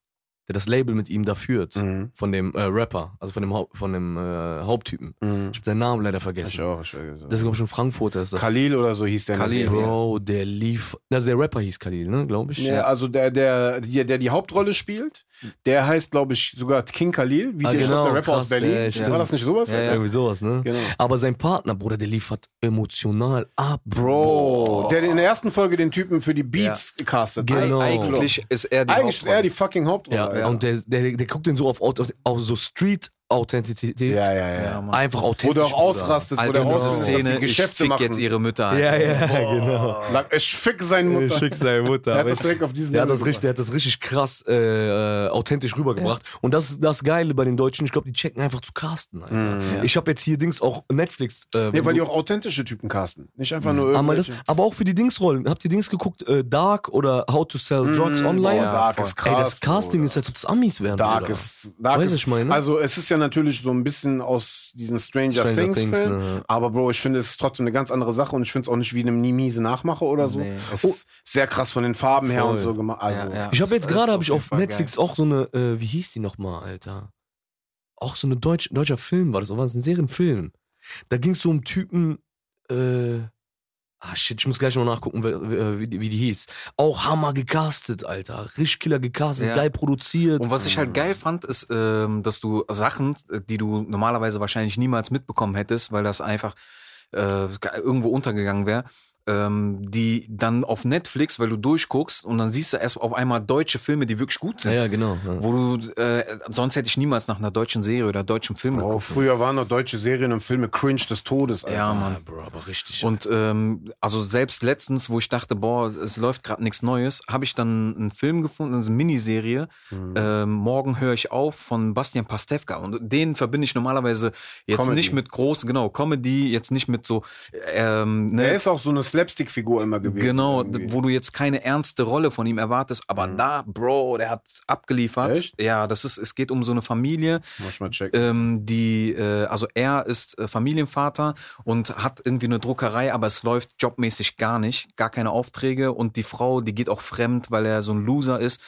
Speaker 1: der das Label mit ihm da führt,
Speaker 2: Mhm.
Speaker 1: von dem äh, Rapper, also von dem, Hau- von dem äh, Haupttypen.
Speaker 2: Mhm.
Speaker 1: Ich hab seinen Namen leider
Speaker 2: Ich
Speaker 1: vergessen.
Speaker 2: auch, ich vergesse.
Speaker 1: Das ist, glaube ich, schon Frankfurter. Ist das.
Speaker 2: Khalil oder so hieß der. in der
Speaker 3: Khalil,
Speaker 2: Serie.
Speaker 1: Bro, der lief. Also der Rapper hieß Khalil, ne, glaube ich.
Speaker 2: Nee, also der, der, der, der die Hauptrolle spielt, der heißt, glaube ich, sogar King Khalil, wie
Speaker 1: Ah,
Speaker 2: der, ich
Speaker 1: genau,
Speaker 2: glaub, der Rapper
Speaker 1: krass,
Speaker 2: aus Berlin.
Speaker 1: ja,
Speaker 3: stimmt.
Speaker 2: War das nicht sowas?
Speaker 3: Ja,
Speaker 2: Alter?
Speaker 3: ja.
Speaker 1: Irgendwie sowas, ne?
Speaker 2: Genau.
Speaker 1: Aber sein Partner, Bruder, der liefert emotional ab.
Speaker 2: Bro,
Speaker 1: Boah.
Speaker 2: der in der ersten Folge den Typen für die Beats castet.
Speaker 1: Genau.
Speaker 2: Eig-
Speaker 3: Eigentlich ist er die
Speaker 2: Eigentlich ist er die fucking Hauptrolle.
Speaker 1: Ja,
Speaker 2: Alter.
Speaker 1: und der, der, der guckt den so auf, Auto- auf so Street-Authentizität.
Speaker 2: ja, ja, ja.
Speaker 3: Ja, Mann.
Speaker 1: Einfach
Speaker 2: Wo der
Speaker 1: authentisch.
Speaker 2: auch ausrastet, wo
Speaker 3: Alter,
Speaker 2: der
Speaker 3: genau. diese
Speaker 2: ausrastet, dass
Speaker 3: Szene,
Speaker 2: die
Speaker 3: ich
Speaker 2: Geschäfte
Speaker 3: fick
Speaker 2: machen.
Speaker 3: jetzt ihre Mütter an.
Speaker 1: Ja, ja, genau.
Speaker 2: Lag- Ich fick seine Mutter.
Speaker 1: Schick seine Mutter.
Speaker 2: Der hat das direkt auf diesen
Speaker 1: Der hat das
Speaker 2: Level
Speaker 1: richtig, der hat das richtig krass äh, äh, authentisch rübergebracht. Und das ist das Geile bei den Deutschen. Ich glaube, die checken einfach zu casten, Alter.
Speaker 2: Mhm.
Speaker 1: Ich habe jetzt hier Dings auch Netflix. Äh,
Speaker 2: Nee, weil die auch authentische Typen casten. Nicht einfach nur
Speaker 1: Mhm. aber, das,
Speaker 2: irgendwelche.
Speaker 1: aber auch für die Dingsrollen. Habt ihr Dings geguckt? Äh, Dark oder How to Sell Drugs
Speaker 2: Mm,
Speaker 1: Online?
Speaker 2: boah, Dark ist krass.
Speaker 1: Ey, das Casting
Speaker 2: Bruder.
Speaker 1: ist, als ob es Amis wären.
Speaker 2: Dark
Speaker 1: Bruder.
Speaker 2: ist. Dark
Speaker 1: Weißt du,
Speaker 2: ist
Speaker 1: ich
Speaker 3: Ne?
Speaker 1: meine?
Speaker 2: Also, es ist ja natürlich so ein bisschen aus diesen Stranger,
Speaker 1: Stranger
Speaker 2: Things,
Speaker 1: Things,
Speaker 2: Film.
Speaker 1: ne.
Speaker 2: Aber, Bro, ich finde, es ist trotzdem eine ganz andere Sache und ich finde es auch nicht wie eine miese Nachmache oder so.
Speaker 3: Nee.
Speaker 2: Es ist sehr krass von den Farben her
Speaker 1: Voll.
Speaker 2: und so gemacht. Also,
Speaker 3: Ja, ja.
Speaker 1: Ich habe
Speaker 3: Ah, Das
Speaker 1: jetzt
Speaker 3: ist
Speaker 1: gerade
Speaker 3: auf
Speaker 1: habe ich
Speaker 3: jeden
Speaker 1: auf
Speaker 3: Fall
Speaker 1: Netflix auch so eine, äh, wie hieß die nochmal, Alter? Auch so eine deutsch, deutscher Film war das, oder war das ein Serienfilm? Da ging es so um Typen, äh, ah shit, ich muss gleich noch nachgucken, wer- wer- wie, die- wie die hieß. Auch Hammer gecastet, Alter. Rischkiller gecastet,
Speaker 3: Ja.
Speaker 1: geil produziert.
Speaker 3: Und was ich halt geil fand, ist, ähm, dass du Sachen, die du normalerweise wahrscheinlich niemals mitbekommen hättest, weil das einfach äh, irgendwo untergegangen wäre, ähm, die dann auf Netflix, weil du durchguckst und dann siehst du erst auf einmal deutsche Filme, die wirklich gut
Speaker 1: ja,
Speaker 3: sind.
Speaker 1: ja, genau. Ja.
Speaker 3: Wo du, äh, sonst hätte ich niemals nach einer deutschen Serie oder deutschem Film
Speaker 2: Bro,
Speaker 3: geguckt.
Speaker 2: früher waren noch deutsche Serien und Filme cringe des Todes, Alter.
Speaker 3: Ja, Mann.
Speaker 1: Ah, Bro, aber richtig.
Speaker 3: Und ähm, also selbst letztens, wo ich dachte, boah, es läuft gerade nichts Neues, habe ich dann einen Film gefunden, also eine Miniserie.
Speaker 2: Mhm.
Speaker 3: Ähm, Morgen höre ich auf von Bastian Pastewka. Und den verbinde ich normalerweise jetzt
Speaker 2: Comedy.
Speaker 3: nicht mit groß, genau, Comedy, jetzt nicht mit so, ähm,
Speaker 2: Er
Speaker 3: ne,
Speaker 2: ist auch so eine Slapstick-Figur immer gewesen.
Speaker 3: genau,
Speaker 2: irgendwie. Mhm.
Speaker 3: wo du jetzt keine ernste Rolle von ihm erwartest. Aber da, Bro, der hat abgeliefert.
Speaker 2: Echt?
Speaker 3: Ja, das ist, es geht um so eine Familie,
Speaker 2: Muss ich mal checken.
Speaker 3: ähm, die, äh, also er ist äh, Familienvater und hat irgendwie eine Druckerei, aber es läuft jobmäßig gar nicht, gar keine Aufträge und die Frau, die geht auch fremd, weil er so ein Loser ist.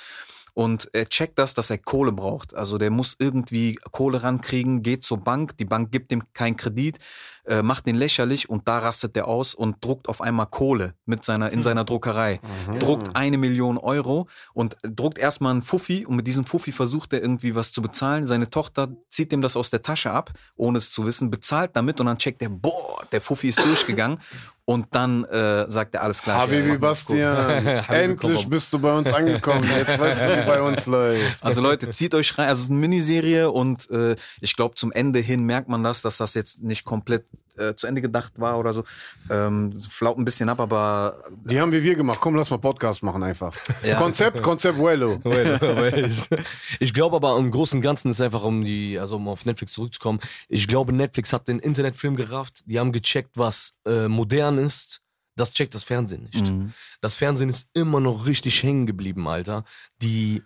Speaker 3: Und er checkt das, dass er Kohle braucht. Also der muss irgendwie Kohle rankriegen, geht zur Bank, die Bank gibt ihm keinen Kredit, äh, macht den lächerlich und da rastet er aus und druckt auf einmal Kohle mit seiner,
Speaker 2: Hm.
Speaker 3: in seiner Druckerei.
Speaker 2: Mhm.
Speaker 3: Druckt eine Million Euro und druckt erstmal einen Fuffi und mit diesem Fuffi versucht er irgendwie was zu bezahlen. Seine Tochter zieht ihm das aus der Tasche ab, ohne es zu wissen, bezahlt damit und dann checkt er, boah, der Fuffi ist durchgegangen und dann äh, sagt er, alles klar. ich,
Speaker 2: Habibi
Speaker 3: mach mal Kohle. *laughs*
Speaker 2: Bastian,
Speaker 1: Habibi,
Speaker 2: endlich
Speaker 1: komm.
Speaker 2: bist du bei uns angekommen. Jetzt weißt du, wie bei
Speaker 3: *laughs*
Speaker 2: uns läuft. *laughs*
Speaker 3: Also Leute, zieht euch rein. Also es ist eine Miniserie und äh, ich glaube, zum Ende hin merkt man das, dass das jetzt nicht komplett äh, zu Ende gedacht war oder so. Ähm, es flaut ein bisschen ab, aber
Speaker 2: Die haben wie wir gemacht. Komm, lass mal Podcast machen einfach.
Speaker 3: Ja.
Speaker 2: Konzept, Konzept
Speaker 3: *laughs*
Speaker 2: Wello. *laughs*
Speaker 1: Well, aber ich- ich glaube aber im Großen und Ganzen ist einfach, um die, also um auf Netflix zurückzukommen, ich glaube, Netflix hat den Internetfilm gerafft, die haben gecheckt, was äh, modern ist. Das checkt das Fernsehen nicht.
Speaker 2: Mhm.
Speaker 1: Das Fernsehen ist immer noch richtig hängen geblieben, Alter. Die,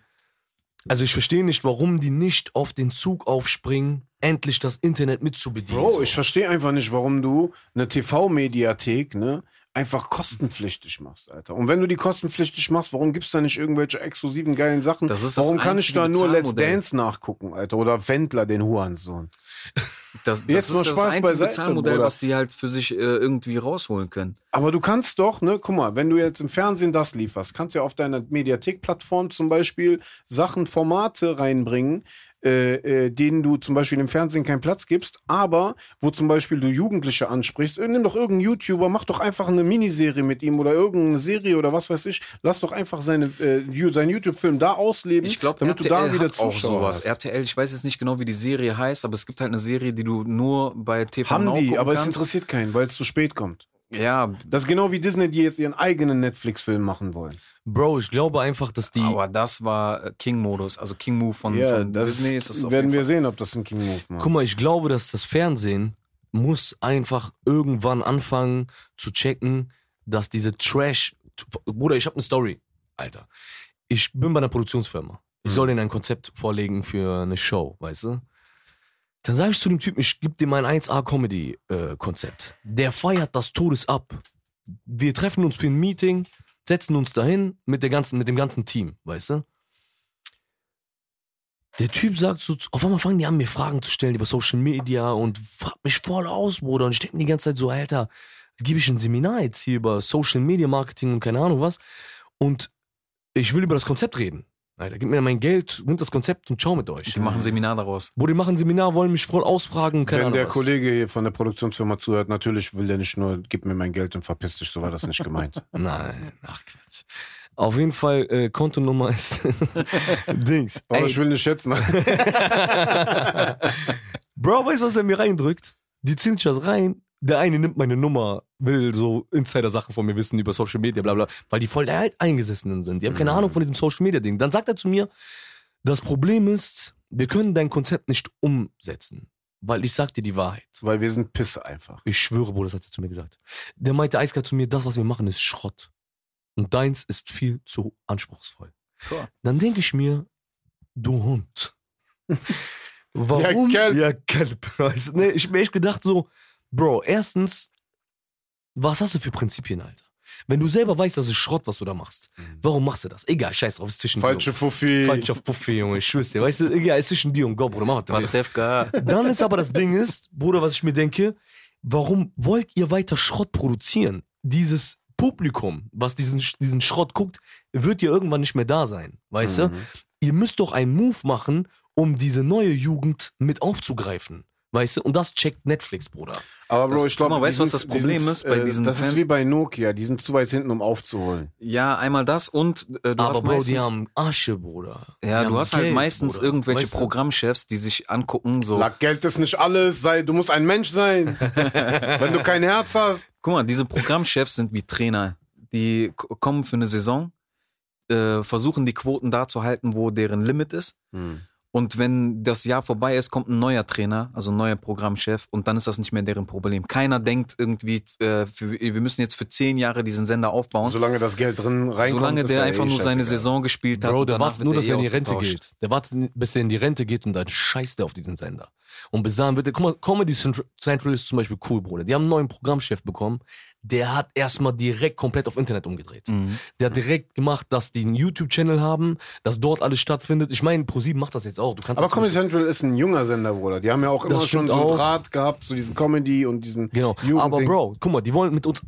Speaker 1: also ich verstehe nicht, warum die nicht auf den Zug aufspringen, endlich das Internet mitzubedienen.
Speaker 2: Bro,
Speaker 1: So.
Speaker 2: ich verstehe einfach nicht, warum du eine TV-Mediathek, ne, einfach kostenpflichtig machst, Alter. Und wenn du die kostenpflichtig machst, warum gibt's da nicht irgendwelche exklusiven geilen Sachen?
Speaker 3: Das ist das
Speaker 2: warum kann ich da
Speaker 3: einzige
Speaker 2: nur Let's
Speaker 3: Bezahlmodell.
Speaker 2: Dance nachgucken, Alter? Oder Wendler, den Hurensohn.
Speaker 3: das, das
Speaker 2: Jetzt
Speaker 3: ist
Speaker 2: mal
Speaker 3: das
Speaker 2: Spaß
Speaker 3: einzige
Speaker 2: beiseite, Mhm.
Speaker 3: Zahlmodell,
Speaker 2: Bruder.
Speaker 3: was die halt für sich äh, irgendwie rausholen können.
Speaker 2: Aber du kannst doch, ne, guck mal, wenn du jetzt im Fernsehen das lieferst, kannst ja auf deiner Mediathek-Plattform zum Beispiel Sachen, Formate reinbringen, äh, äh, denen du zum Beispiel im Fernsehen keinen Platz gibst, aber wo zum Beispiel du Jugendliche ansprichst, äh, nimm doch irgendeinen YouTuber, mach doch einfach eine Miniserie mit ihm oder irgendeine Serie oder was weiß ich, lass doch einfach seine, äh, Ju- seinen YouTube-Film da ausleben,
Speaker 3: Ich glaube,
Speaker 2: damit
Speaker 3: RTL
Speaker 2: du da wieder
Speaker 3: hat auch
Speaker 2: Zuschauer
Speaker 3: sowas.
Speaker 2: hast.
Speaker 3: RTL, ich weiß jetzt nicht genau, wie die Serie heißt, aber es gibt halt eine Serie, die du nur bei TV
Speaker 2: Haben
Speaker 3: Now
Speaker 2: die,
Speaker 3: genau gucken
Speaker 2: aber es
Speaker 3: kannst.
Speaker 2: interessiert keinen, weil es zu spät kommt.
Speaker 3: Ja,
Speaker 2: Das ist genau wie Disney, die jetzt ihren eigenen Netflix-Film machen wollen.
Speaker 1: Bro, ich glaube einfach, dass die.
Speaker 3: aber das war äh, King-Modus, also King-Move von,
Speaker 2: Ja,
Speaker 3: von
Speaker 2: das
Speaker 3: Disney ist das auf
Speaker 2: werden
Speaker 3: jeden
Speaker 2: wir
Speaker 3: Fall.
Speaker 2: sehen, ob das ein King Move macht.
Speaker 1: Guck mal, ich glaube, dass das Fernsehen muss einfach irgendwann anfangen zu checken, dass diese Trash. Bruder, ich habe eine Story, Alter. Ich bin bei einer Produktionsfirma. Ich soll denen ein Konzept vorlegen für eine Show, weißt du? Dann sage ich zu dem Typen, ich gebe dir mein 1A-Comedy-Konzept. Der feiert das Todes ab. Wir treffen uns für ein Meeting, setzen uns dahin mit, der ganzen, mit dem ganzen Team, weißt du? Der Typ sagt so, auf einmal fangen die an, mir Fragen zu stellen über Social Media und fragt mich voll aus, Bruder. Und ich denke mir die ganze Zeit so, Alter, gebe ich ein Seminar jetzt hier über Social Media Marketing und keine Ahnung was. Und ich will über das Konzept reden. Alter, gib mir mein Geld, nimm das Konzept und schau mit euch.
Speaker 3: Die machen ein Seminar daraus.
Speaker 1: Bruder, die machen ein Seminar, wollen mich voll ausfragen, keine
Speaker 2: Wenn
Speaker 1: Ahnung
Speaker 2: der
Speaker 1: was.
Speaker 2: Kollege hier von der Produktionsfirma zuhört, natürlich will der nicht nur, gib mir mein Geld und verpiss dich, so war das nicht
Speaker 3: *laughs*
Speaker 2: gemeint.
Speaker 1: Nein, ach Quatsch. Auf jeden Fall, äh, Kontonummer
Speaker 2: *laughs*
Speaker 1: ist Dings.
Speaker 2: Aber
Speaker 1: Ey,
Speaker 2: ich will nicht schätzen. *laughs*
Speaker 1: Bro, weißt du, was er mir reindrückt? Die Zinschers rein. Der eine nimmt meine Nummer, will so Insider-Sachen von mir wissen über Social Media, bla bla, weil die voll der Alteingesessenen sind. Die haben keine
Speaker 2: Mhm.
Speaker 1: Ahnung von diesem Social Media-Ding. Dann sagt er zu mir, das Problem ist, wir können dein Konzept nicht umsetzen, weil ich sag dir die Wahrheit.
Speaker 2: Weil wir sind Pisse einfach.
Speaker 1: Ich schwöre, Bruder, das hat er zu mir gesagt. Der meinte eiskalt zu mir, das, was wir machen, ist Schrott. Und deins ist viel zu anspruchsvoll.
Speaker 3: Klar.
Speaker 1: Dann denke ich mir, du
Speaker 2: *laughs*
Speaker 1: Hund. Warum?
Speaker 2: Ja, Kelp.
Speaker 1: Ja, Kelp. Weißt du, nee, ich hab mir echt gedacht so, Bro, erstens, was hast du für Prinzipien, Alter? Wenn du selber weißt, das ist Schrott, was du da machst, warum machst du das? Egal, scheiß drauf, ist zwischen
Speaker 2: Mhm. Falsche Fuffi.
Speaker 1: dir. Falscher Puffy, Junge, ich schwör's dir. Weißt du, egal, ist zwischen dir und Gott, Bruder, mach was du willst.
Speaker 3: Pastewka.
Speaker 1: Dann ist aber das Ding ist, Bruder, was ich mir denke, warum wollt ihr weiter Schrott produzieren? Dieses Publikum, was diesen, diesen Schrott guckt, wird ja irgendwann nicht mehr da sein, weißt du?
Speaker 2: Mhm.
Speaker 1: Ihr müsst doch einen Move machen, um diese neue Jugend mit aufzugreifen, weißt du? Und das checkt Netflix, Bruder.
Speaker 2: Aber Bro,
Speaker 3: Das-
Speaker 2: ich glaube,
Speaker 3: guck mal, weißt du, was das Problem ist bei diesen
Speaker 2: äh, Das ist
Speaker 3: Fan-
Speaker 2: wie bei Nokia, die sind zu weit hinten, um aufzuholen.
Speaker 3: Ja, einmal das und äh, du hast
Speaker 1: aber Bro,
Speaker 3: meistens,
Speaker 1: die haben Asche, Bruder.
Speaker 3: ja,
Speaker 1: die
Speaker 3: du
Speaker 1: haben
Speaker 3: hast halt
Speaker 1: Geld,
Speaker 3: meistens
Speaker 1: Bruder.
Speaker 3: irgendwelche
Speaker 1: Weißt du?
Speaker 3: Programmchefs, die sich angucken so.
Speaker 2: Lack, Geld ist nicht alles, sei, du musst ein Mensch
Speaker 3: *laughs*
Speaker 2: sein. Wenn du kein Herz hast.
Speaker 3: Guck mal, diese Programmchefs sind wie Trainer. Die k- kommen für eine Saison, äh, versuchen die Quoten da zu halten, wo deren Limit ist. Und wenn das Jahr vorbei ist, kommt ein neuer Trainer, also ein neuer Programmchef, und dann ist das nicht mehr deren Problem. Keiner denkt irgendwie, äh, für, wir müssen jetzt für zehn Jahre diesen Sender aufbauen.
Speaker 2: Solange das Geld drin reinkommt.
Speaker 3: Solange
Speaker 2: ist
Speaker 3: der
Speaker 2: ja
Speaker 3: einfach
Speaker 2: eh
Speaker 3: nur seine
Speaker 2: scheißegal.
Speaker 3: Saison gespielt hat.
Speaker 1: Bro,
Speaker 3: und
Speaker 1: der
Speaker 3: danach
Speaker 1: wartet
Speaker 3: wird
Speaker 1: nur,
Speaker 3: er
Speaker 1: dass
Speaker 3: eh
Speaker 1: er in die Rente
Speaker 3: ausgetauscht.
Speaker 1: geht. Der wartet, bis er in die Rente geht und dann scheißt er auf diesen Sender. Und bis dahin wird er, guck mal, Comedy Central Central ist zum Beispiel cool, Bruder. Die haben einen neuen Programmchef bekommen. Der hat erstmal direkt komplett auf Internet umgedreht.
Speaker 3: Mhm.
Speaker 1: Der hat direkt gemacht, dass die einen YouTube-Channel haben, dass dort alles stattfindet. Ich meine, ProSieben macht das jetzt auch. Du kannst
Speaker 2: Aber
Speaker 1: jetzt
Speaker 2: Comedy
Speaker 1: zum
Speaker 2: Central ist ein junger Sender, Bruder. Die haben ja auch immer schon
Speaker 1: stimmt
Speaker 2: so einen
Speaker 1: auch.
Speaker 2: Draht gehabt zu diesen Comedy und diesen.
Speaker 1: Genau.
Speaker 2: Jugend-
Speaker 1: Aber
Speaker 2: Dings.
Speaker 1: Bro, guck mal, die wollen mit uns.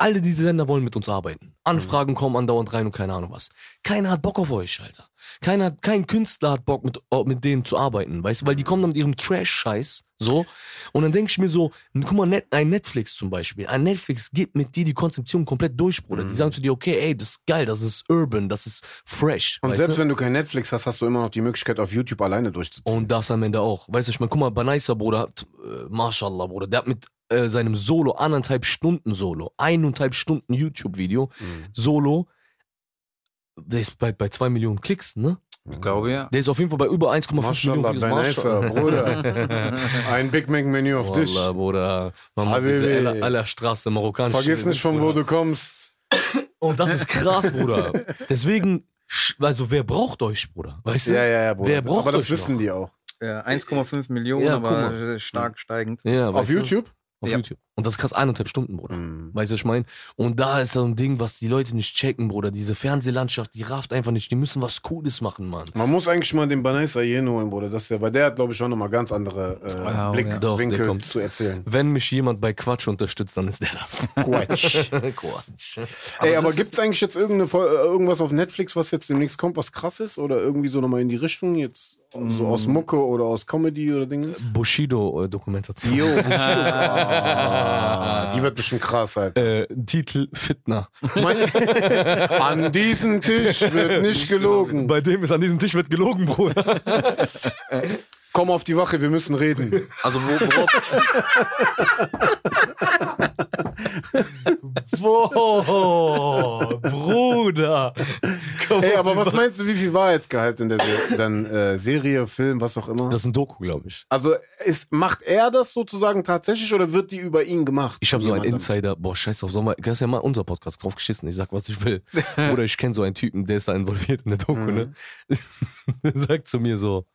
Speaker 1: Alle diese Länder wollen mit uns arbeiten.
Speaker 2: Mhm.
Speaker 1: Anfragen kommen andauernd rein und keine Ahnung was. Keiner hat Bock auf euch, Alter. Keiner, hat- kein Künstler hat Bock, mit, oh, mit denen zu arbeiten, weißt du? Weil die kommen dann mit ihrem Trash-Scheiß, so. Und dann denke ich mir so, n- guck mal, net, ein Netflix zum Beispiel. Ein Netflix gibt mit dir die Konzeption komplett durch, Bruder.
Speaker 2: Mhm.
Speaker 1: Die sagen zu dir, okay, ey, das ist geil, das ist urban, das ist fresh.
Speaker 2: Und
Speaker 1: weißt du?
Speaker 2: selbst wenn du kein Netflix hast, hast du immer noch die Möglichkeit, auf YouTube alleine durchzuziehen.
Speaker 1: Und das am Ende auch. Weißt du, ich meine, guck mal, Banaisa, Bruder, hat, äh, Mashallah, Bruder, der hat mit äh, seinem Solo, anderthalb Stunden Solo, eineinhalb Stunden YouTube-Video,
Speaker 2: Mhm.
Speaker 1: Solo, der ist bei, bei zwei Millionen Klicks, ne?
Speaker 3: Ich glaube ja.
Speaker 1: Der ist auf jeden Fall bei über 1,5 Millionen
Speaker 2: Maschallah,
Speaker 1: Klicks.
Speaker 2: dein Eiser, Bruder.
Speaker 1: *laughs*
Speaker 2: Ein Big Mac-Menü auf dich.
Speaker 1: Wallah, Bruder. Man macht diese
Speaker 2: Habibi.
Speaker 1: aller, aller Straße marokkanische.
Speaker 2: Vergiss nicht, von wo du kommst.
Speaker 1: Und das ist krass,
Speaker 2: *laughs*
Speaker 1: Bruder. Deswegen, sch- also wer braucht euch, Bruder? Weißt du?
Speaker 2: Ja, ja, ja, Bruder.
Speaker 1: Wer braucht
Speaker 2: Aber das
Speaker 1: euch
Speaker 2: wissen
Speaker 1: noch?
Speaker 2: die auch.
Speaker 3: Ja, 1,5 Millionen,
Speaker 1: Ja, guck
Speaker 3: aber äh, stark steigend.
Speaker 1: Ja,
Speaker 2: Auf
Speaker 1: weißt du? Mhm.
Speaker 2: YouTube? Mhm.
Speaker 1: Auf
Speaker 3: Ja.
Speaker 1: YouTube. Und das ist krass, eineinhalb Stunden, Bruder. Weißt du, was ich meine? Und da ist so ein Ding, was die Leute nicht checken, Bruder. Diese Fernsehlandschaft, die rafft einfach nicht. Die müssen was Cooles machen, Mann.
Speaker 2: Man muss eigentlich mal den Banaisa Yen holen, Bruder. Das ist ja, weil der hat, glaube ich, auch nochmal ganz andere äh,
Speaker 3: ja.
Speaker 1: Doch, der
Speaker 2: Blickwinkel
Speaker 1: kommt.
Speaker 2: zu erzählen.
Speaker 1: Wenn mich jemand bei Quatsch unterstützt, dann ist der das. *laughs*
Speaker 2: Quatsch.
Speaker 1: Quatsch.
Speaker 2: Ey,
Speaker 3: es
Speaker 2: aber
Speaker 3: ist-
Speaker 2: gibt's eigentlich jetzt irgendeine, Fol- äh, irgendwas auf Netflix, was jetzt demnächst kommt, was krass ist? Oder irgendwie so nochmal in die Richtung jetzt? So aus
Speaker 1: Mm.
Speaker 2: Mucke oder aus Comedy oder Dinge?
Speaker 1: Äh, Bushido-Dokumentation.
Speaker 2: *laughs* Jo, ah, die wird bestimmt krass sein.
Speaker 1: Äh, Titel *laughs* Fitner.
Speaker 2: An diesem Tisch wird nicht gelogen.
Speaker 1: Bei dem ist an diesem Tisch wird gelogen, Bruder.
Speaker 2: Komm auf die Wache, wir
Speaker 1: *laughs*
Speaker 2: müssen reden.
Speaker 3: Also wo, *laughs* worauf,
Speaker 1: *laughs* Wow, Bruder. Komm
Speaker 2: Ey,
Speaker 1: auf
Speaker 2: aber
Speaker 1: die
Speaker 2: was
Speaker 1: Wa-
Speaker 2: meinst du, wie viel Wahrheitsgehalt in der Se dann, äh, Serie, Film, was auch immer?
Speaker 1: Das ist ein Doku, glaube ich.
Speaker 2: also ist, macht er das sozusagen tatsächlich oder wird die über ihn gemacht?
Speaker 1: Ich habe so einen
Speaker 2: Jemandem?
Speaker 1: Insider, boah, scheiß drauf, Sommer, das ist ja mal unser Podcast drauf geschissen. Ich sag, was ich
Speaker 2: *laughs*
Speaker 1: will. Oder ich *laughs*
Speaker 2: Mhm.
Speaker 1: kenne so einen Typen, der ist da involviert in der Doku, ne? Der sagt zu mir so,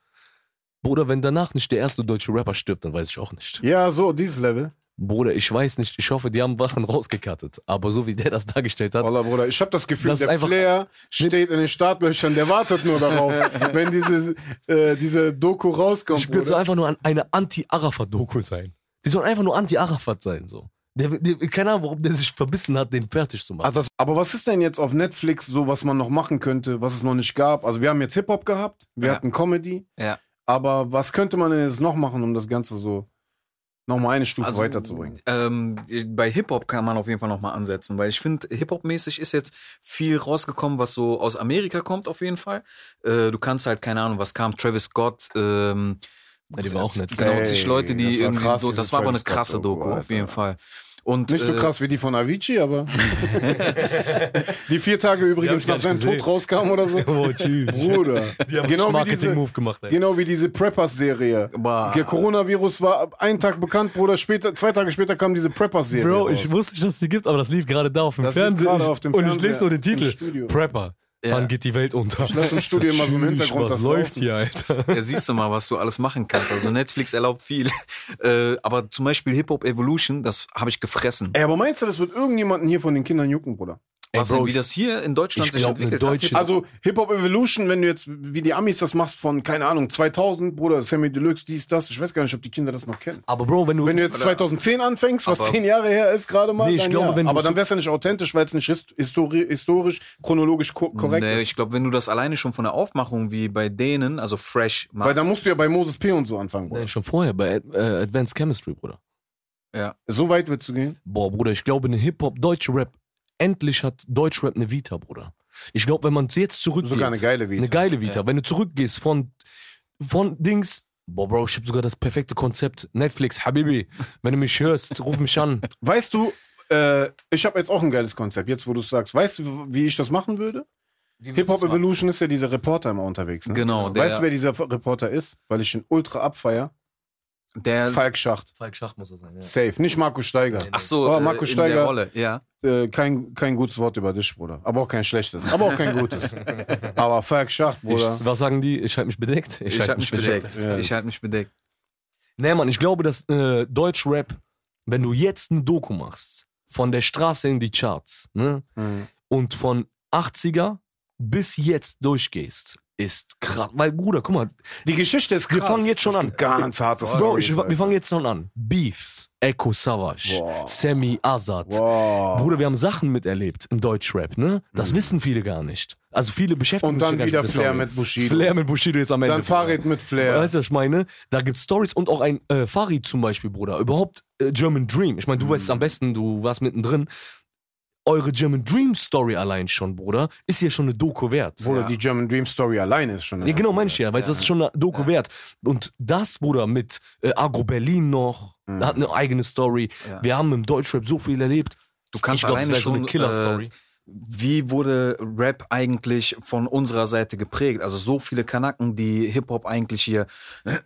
Speaker 1: Bruder, wenn danach nicht der erste deutsche Rapper stirbt, dann weiß ich auch nicht.
Speaker 2: Ja, so, dieses Level.
Speaker 1: Bruder, ich weiß nicht, ich hoffe, die haben Wachen rausgekattet. Aber so wie der das dargestellt hat,
Speaker 2: Wallah, Bruder, ich habe das Gefühl,
Speaker 1: Das ist
Speaker 2: der
Speaker 1: einfach-
Speaker 2: Flair steht in den Startlöchern, der wartet
Speaker 1: *laughs*
Speaker 2: nur darauf, wenn diese, äh, diese Doku rauskommt.
Speaker 1: ich will so
Speaker 2: Bruder.
Speaker 1: einfach nur an eine Anti-Arafat-Doku sein. Die sollen einfach nur Anti-Arafat sein, so. Der, der, keine Ahnung, warum der sich verbissen hat, den fertig zu machen.
Speaker 2: Ach, das, aber was ist denn jetzt auf Netflix so, was man noch machen könnte, was es noch nicht gab? Also wir haben jetzt Hip-Hop gehabt, wir
Speaker 3: Ja.
Speaker 2: hatten Comedy,
Speaker 3: Ja.
Speaker 2: aber was könnte man denn jetzt noch machen, um das Ganze so nochmal eine Stufe
Speaker 3: Also,
Speaker 2: Um weiterzubringen?
Speaker 1: äh,
Speaker 3: Ähm, bei Hip-Hop kann man auf jeden Fall nochmal ansetzen, weil ich finde, Hip-Hop-mäßig ist jetzt viel rausgekommen, was so aus Amerika kommt, auf jeden Fall. Äh, du kannst halt, keine Ahnung, was kam, Travis Scott, ähm,
Speaker 1: Ja, die war auch nett.
Speaker 3: genau,
Speaker 2: Ey,
Speaker 3: zig Leute, die
Speaker 2: das war
Speaker 3: irgendwie,
Speaker 2: krass,
Speaker 3: so-
Speaker 2: diese
Speaker 3: das war aber eine
Speaker 2: Travis Scott
Speaker 3: krasse
Speaker 2: Doku,
Speaker 3: Doku, auf
Speaker 2: Alter.
Speaker 3: jeden Fall. Und,
Speaker 2: Nicht so
Speaker 3: äh,
Speaker 2: krass wie die von
Speaker 1: *laughs*
Speaker 2: Avicii, aber die vier Tage
Speaker 1: Die
Speaker 2: übrigens
Speaker 1: hab
Speaker 2: nach
Speaker 1: ich
Speaker 2: seinem
Speaker 1: gar nicht
Speaker 2: Tod rauskamen
Speaker 1: *laughs*
Speaker 2: oder so.
Speaker 1: Oh, tschüss.
Speaker 2: Also, *laughs* Bruder,
Speaker 1: *laughs* Die haben
Speaker 2: genau
Speaker 1: einen
Speaker 2: wie diese
Speaker 1: Marketing-Move gemacht, ey.
Speaker 2: Genau wie diese Preppers-Serie. *laughs*
Speaker 3: Bah.
Speaker 2: Der Coronavirus war einen Tag bekannt, Bruder. Später, zwei Tage später kam diese Preppers-Serie.
Speaker 1: Bro,
Speaker 2: raus.
Speaker 1: ich wusste nicht, dass es die gibt, aber das lief gerade da auf dem
Speaker 2: Das lief
Speaker 1: Fernsehen.
Speaker 2: gerade
Speaker 1: Ich,
Speaker 2: auf dem
Speaker 1: und ich
Speaker 2: Fernseher,
Speaker 1: lese nur den
Speaker 2: im
Speaker 1: Titel.
Speaker 2: Studio.
Speaker 1: Prepper.
Speaker 3: Ja.
Speaker 1: Wann geht die Welt unter? Ich *laughs*
Speaker 2: lass im Studio immer so im Hintergrund
Speaker 1: Was
Speaker 2: das
Speaker 1: läuft
Speaker 2: laufen.
Speaker 1: hier, Alter?
Speaker 3: Ja, siehst du mal, was du alles machen kannst. Also Netflix erlaubt viel. *laughs* Äh, aber zum Beispiel Hip-Hop Evolution, das habe ich gefressen.
Speaker 2: Ey, aber meinst du, das wird irgendjemanden hier von den Kindern jucken, Bruder?
Speaker 1: Ey,
Speaker 3: was
Speaker 1: Bro,
Speaker 3: denn, wie
Speaker 1: ich-
Speaker 3: das hier in Deutschland
Speaker 1: ich glaub, eine deutsche-
Speaker 3: hat.
Speaker 2: Also Hip-Hop Evolution, wenn du jetzt wie die Amis das machst von, keine Ahnung, 2000, Bruder, Sammy Deluxe, dies, das. Ich weiß gar nicht, ob die Kinder das noch kennen.
Speaker 1: Aber Bro, wenn du.
Speaker 2: Wenn du jetzt 2010 anfängst, was
Speaker 3: Aber-
Speaker 2: zehn Jahre her ist gerade mal,
Speaker 1: Nee, ich
Speaker 2: dann
Speaker 1: glaube,
Speaker 2: ja.
Speaker 1: wenn du
Speaker 2: aber dann
Speaker 1: zu-
Speaker 2: wär's ja nicht authentisch, weil es nicht hist- histori historisch, chronologisch ko korrekt
Speaker 3: Nee,
Speaker 2: ist.
Speaker 3: ich glaube, wenn du das alleine schon von der Aufmachung wie bei denen, also fresh machst.
Speaker 2: Weil dann musst du ja bei Moses P. und so anfangen, Bruder.
Speaker 1: Nee, schon vorher bei Ad- äh, Advanced Chemistry, Bruder.
Speaker 3: ja.
Speaker 2: So weit willst du gehen?
Speaker 1: Boah, Bruder, ich glaube, eine Hip-Hop, deutsche Rap, endlich hat Deutschrap eine Vita, Bruder. Ich glaube, wenn man jetzt zurückgeht.
Speaker 2: Sogar eine geile Vita.
Speaker 1: Eine geile Vita. Wenn du zurückgehst von, von Dings. Boah, Bro, ich habe sogar das perfekte Konzept. Netflix, Habibi, wenn du mich hörst, ruf mich an.
Speaker 2: Weißt du, äh, ich habe jetzt auch ein geiles Konzept, jetzt wo du es sagst. Weißt du, w- wie ich das machen würde? Hip-Hop Evolution ist ja dieser Reporter immer unterwegs. Ne?
Speaker 3: Genau, der-
Speaker 2: Weißt du, wer dieser F- Reporter ist? Weil ich ihn ultra abfeier.
Speaker 3: Der
Speaker 2: Falk Schacht.
Speaker 1: Falk Schach muss das sein, ja.
Speaker 2: Safe. Nicht Markus Steiger.
Speaker 3: Ach so,
Speaker 2: Oh,
Speaker 3: äh,
Speaker 2: Markus
Speaker 3: in der
Speaker 2: Steiger.
Speaker 3: Rolle, ja.
Speaker 2: Äh, kein, kein gutes Wort über dich, Bruder. Aber auch kein schlechtes. Aber auch kein
Speaker 1: *laughs*
Speaker 2: gutes. Aber Falk Schacht, Bruder.
Speaker 1: Ich, was sagen die? Ich halte mich bedeckt.
Speaker 3: Ich, halte mich bedeckt.
Speaker 2: Ja.
Speaker 3: Ich halte mich bedeckt.
Speaker 1: Nee, Mann, ich glaube, dass äh, Deutschrap, wenn du jetzt eine Doku machst, von der Straße in die Charts, ne?
Speaker 2: Mhm.
Speaker 1: und von 80er bis jetzt durchgehst, ist krass. Weil, Bruder, guck mal,
Speaker 2: Die Geschichte ist krass.
Speaker 1: Wir fangen jetzt schon
Speaker 2: Es
Speaker 1: an.
Speaker 2: gibt Ganz hartes
Speaker 1: Bro,
Speaker 2: Stories,
Speaker 1: ich, wir
Speaker 2: Alter.
Speaker 1: fangen jetzt schon an. Beefs, Echo Savage,
Speaker 2: Wow.
Speaker 1: Sammy Azad.
Speaker 2: Wow.
Speaker 1: Bruder, wir haben Sachen miterlebt im Deutschrap, ne? Das wissen viele gar nicht. Also viele beschäftigen
Speaker 2: Mhm. Und
Speaker 1: sich
Speaker 2: dann
Speaker 1: gar nicht
Speaker 2: wieder
Speaker 1: der
Speaker 2: Flair
Speaker 1: Story.
Speaker 2: mit Bushido.
Speaker 1: Flair mit Bushido jetzt am Ende.
Speaker 2: Dann Farid mit Flair.
Speaker 1: Weißt du, was ich meine? Da gibt's Stories und auch ein äh, Farid zum Beispiel, Bruder. Überhaupt äh, German Dream. Ich meine, du weißt es am besten, du warst mittendrin. Eure German Dream Story allein schon, Bruder, ist ja schon eine Doku wert.
Speaker 2: Bruder,
Speaker 3: Ja.
Speaker 2: die German Dream Story alleine ist schon. eine
Speaker 1: Ja, genau,
Speaker 2: Doku,
Speaker 1: meine ich ja, weil das ist schon eine Doku wert. Und das, Bruder, mit äh, Agro Berlin noch,
Speaker 2: Mhm.
Speaker 1: hat eine eigene Story.
Speaker 3: Ja.
Speaker 1: Wir haben im Deutschrap so viel erlebt.
Speaker 3: Du kannst
Speaker 1: ich glaub, das
Speaker 3: alleine
Speaker 1: wäre so eine
Speaker 3: schon,
Speaker 1: Killer-Story.
Speaker 3: äh, wie wurde Rap eigentlich von unserer Seite geprägt? Also so viele Kanaken, die Hip-Hop eigentlich hier *clears throat*